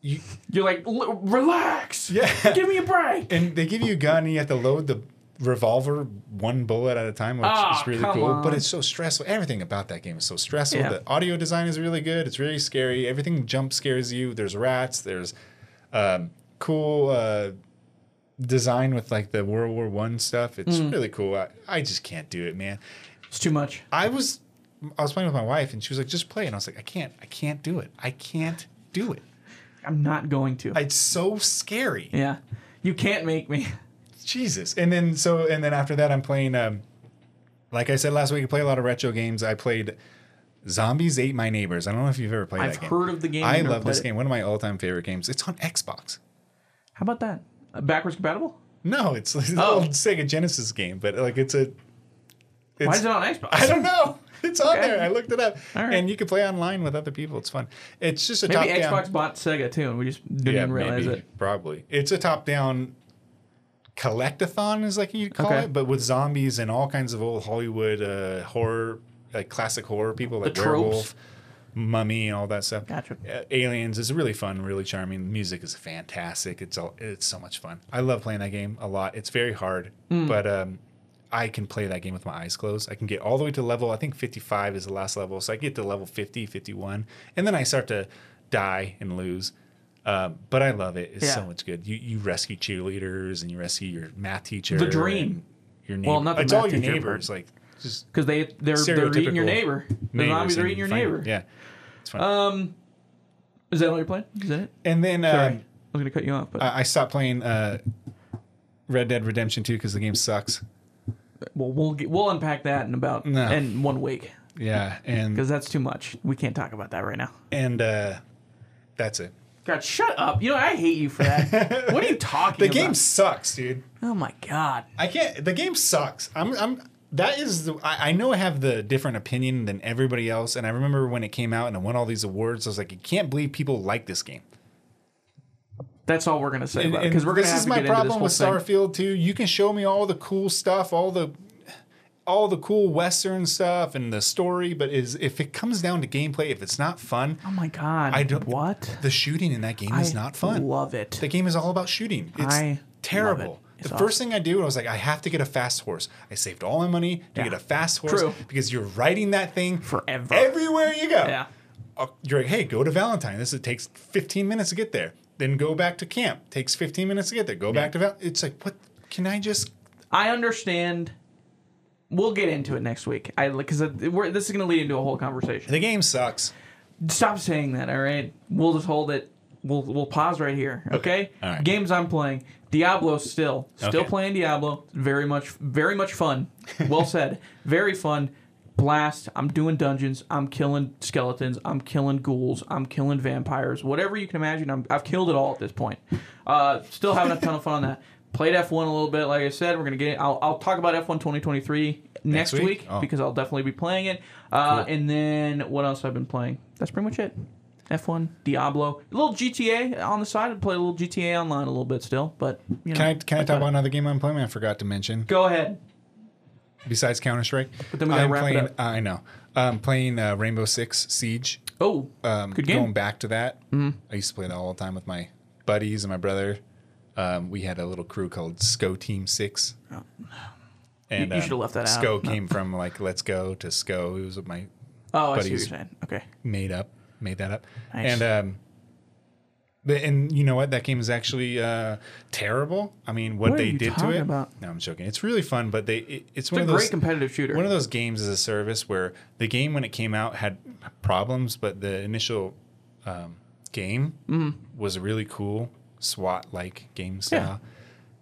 You
You're like, "L- relax.
Yeah.
Give me a break.
and they give you a gun and you have to load the revolver one bullet at a time, which
Ah,
is really
come
cool. But
on.
it's so stressful. Everything about that game is so stressful.
Yeah.
The audio design is really good. It's really scary. Everything jump scares you. There's rats. There's um, cool uh, design with like the World War One stuff. It's
Hmm.
really cool. I, I just can't do it, man.
It's too much.
I was I was playing with my wife and she was like, just play. And I was like, I can't, I can't do it. I can't do it.
I'm not going to.
It's so scary.
yeah. You can't make me.
Jesus. And then so and then after that I'm playing um like I said last week, I play a lot of retro games. I played Zombies Ate My Neighbors. I don't know if you've ever played
I've
that game.
heard of the game.
I
never
love this
played it.
game. One of my all-time favorite games. It's on Xbox.
How about that? Uh, backwards compatible?
No, it's an
Oh.
old Sega Genesis game, but like it's a it's,
Why is it on Xbox?
I don't know. It's on
Okay.
there. I looked it up.
All right.
And you can play online with other people. It's fun. It's just a
Maybe
top down.
Xbox bought Sega too, and we just didn't even realize it.
Probably. It's a top down collectathon is like you'd call
Okay.
it, but with zombies and all kinds of old Hollywood uh, horror like classic horror people like
tropes.
werewolf, mummy, and all that stuff.
Gotcha.
Uh, aliens is really fun, really charming. The music is fantastic. It's all it's so much fun. I love playing that game a lot. It's very hard,
Hmm.
but um I can play that game with my eyes closed. I can get all the way to level, I think 55 is the last level. So I get to level 50, 51, and then I start to die and lose. Um, but I love it. It's so
Yeah.
much good. You you rescue cheerleaders and you rescue your math teacher.
The dream.
and Your neighbor.
Well, not the
it's
math
all your
teacher
neighbors. Like just
Because they they're they're eating your
Stereotypical
neighbor. The
neighbors
zombies are
and
eating your
find-
neighbor.
Yeah, it's fun.
Um, is that all you're playing? Is that it?
and then
Sorry,
uh,
I was gonna cut you off, but
I I stopped playing uh, Red Dead Redemption 2 because the game sucks.
well, we'll get, we'll unpack that in about
No.
in one week
Yeah, and
because that's too much. We can't talk about that right now.
and uh, that's it.
God, shut up! You know I hate you for that. what are you talking?
The
about?
game sucks, dude.
Oh my god.
I can't. The game sucks. I'm. I'm. That is. The, I, I know I have the different opinion than everybody else, and I remember when it came out and it won all these awards. I was like, I can't believe people like this game.
That's all we're gonna say
And,
about
and
because we're gonna
this
have
is
to
my
get
problem
into
with
this whole thing.
Starfield too. You can show me all the cool stuff, all the all the cool Western stuff and the story, but is if it comes down to gameplay, if it's not fun,
Oh my god!
I don't-
What?
the shooting in that game is
I
not fun.
Love it.
The game is all about shooting. It's
I love
terrible.
it. It's
the first thing I do, I was like, I have to get a fast horse. I saved all my money to
Yeah.
get a fast horse
True.
because you're riding that thing
Forever.
Everywhere you go.
Yeah.
Uh, You're like, hey, go to Valentine. This it takes 15 minutes to get there. Then go back to camp. Takes 15 minutes to get there. Go back to Val. It's like, what? Can I just?
I understand. We'll get into it next week. I because this is going to lead into a whole conversation.
The game sucks.
Stop saying that. All right, we'll just hold it. We'll we'll pause right here. Okay.
all right.
Games I'm playing. Diablo still still
Okay.
playing Diablo. Very much very much fun. Well said. Very fun. blast. I'm doing dungeons. I'm killing skeletons. I'm killing ghouls. I'm killing vampires. Whatever you can imagine, I'm, I've killed it all at this point. Uh, still having a ton of fun on that. Played F1 a little bit, like I said. We're gonna get. I'll, I'll talk about F1 2023 next,
week?
week,
Oh.
because I'll definitely be playing it. Uh, And then what else I've been playing? That's pretty much it. F1, Diablo, a little GTA on the side. I play a little GTA online a little bit still, but you know.
Can I can I
that's
talk
about
about
it.
another game I'm playing? I forgot to mention.
Go ahead.
Besides Counter Strike,
But then we gotta
I'm
wrap it
playing.
up.
I know. I'm playing uh, Rainbow Six Siege.
Oh,
Um,
Good game. Mm-hmm.
Going back to that, I used to play that all the time with my buddies and my brother. Um, we had a little crew called SCO Team Six. And
Oh,
um,
You- you should've left that out.
SCO came from like "Let's Go" to SCO. It was what my
oh, I see what you're
buddies.
saying. Okay.
made up, made that up.
Nice.
And um, the, and you know what? That game is actually uh, terrible. I mean, what,
What are
they
you
did to
talking
it.
about?
No, I'm joking. It's really fun, but they it, it's,
It's
one
a
of those
great competitive shooter.
one of those games as a service where the game when it came out had problems, but the initial um, game was a really cool SWAT like game style.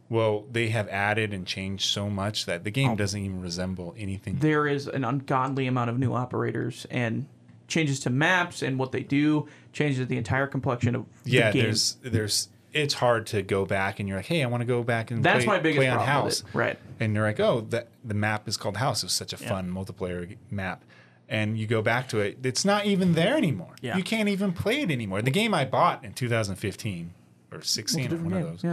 Well, they have added and changed so much that the game doesn't even resemble anything.
there is an ungodly amount of new operators and changes to maps and what they do changes the entire complexion of
yeah,
the game.
there's there's it's hard to go back and you're like, hey, I want to go back and
That's
play,
my biggest
play on
problem
House,
with it. Right.
and you're like, oh, that the map is called House. It was such a fun multiplayer g- map, and you go back to it. It's not even there anymore.
Yeah.
you can't even play it anymore. The game I bought in 2015 or 16, or
Different
one of
game,
those.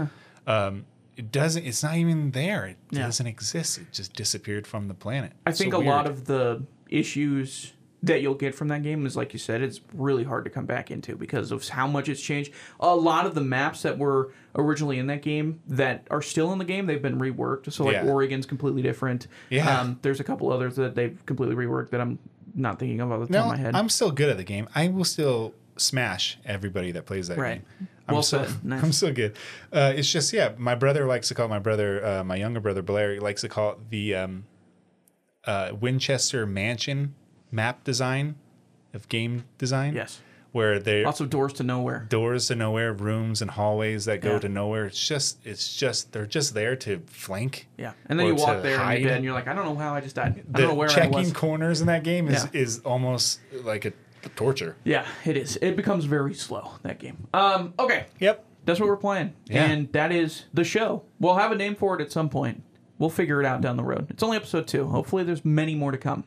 Yeah.
Um, it doesn't. It's not even there. It
Yeah.
doesn't exist. It just disappeared from the planet.
I
It's so
think a lot
weird.
of the issues that you'll get from that game is like you said, it's really hard to come back into because of how much it's changed. A lot of the maps that were originally in that game that are still in the game, they've been reworked. So like
Yeah.
Oregon's completely different. Um,
Yeah.
there's a couple others that they've completely reworked that I'm not thinking of off the top
No,
of my head.
I'm still good at the game. I will still smash everybody that plays that
Right.
game. I'm
Well
so,
said. Nice.
I'm so good. Uh, it's just yeah. My brother likes to call my brother, uh, my younger brother Blair, he likes to call it the um, uh, Winchester Mansion map design of game design.
Yes.
where they
Lots of doors to nowhere.
doors to nowhere, rooms and hallways that go
Yeah.
to nowhere. It's just it's just they're just there to flank.
Yeah. And then
or
you
to
walk there and
hide.
you're dead and you're like, I don't know how I just died. I
The
don't know where I
checking
was.
corners in that game is
Yeah.
is almost like a torture.
Yeah, it is. It becomes very slow, that game. Um, okay.
Yep.
That's what we're playing.
Yeah.
And that is the show. We'll have a name for it at some point. We'll figure it out down the road. It's only episode two. Hopefully, there's many more to come.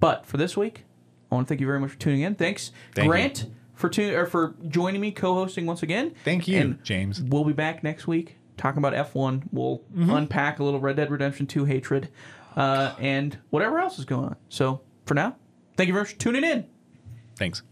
But for this week, I want to thank you very much for tuning in. Thanks,
Thank you.
Grant, for tu- or for joining me co-hosting once again.
Thank you,
And
James.
We'll be back next week talking about F1. We'll
Mm-hmm.
unpack a little Red Dead Redemption 2 hatred uh, and whatever else is going on. So for now, thank you very much for tuning in.
Thanks.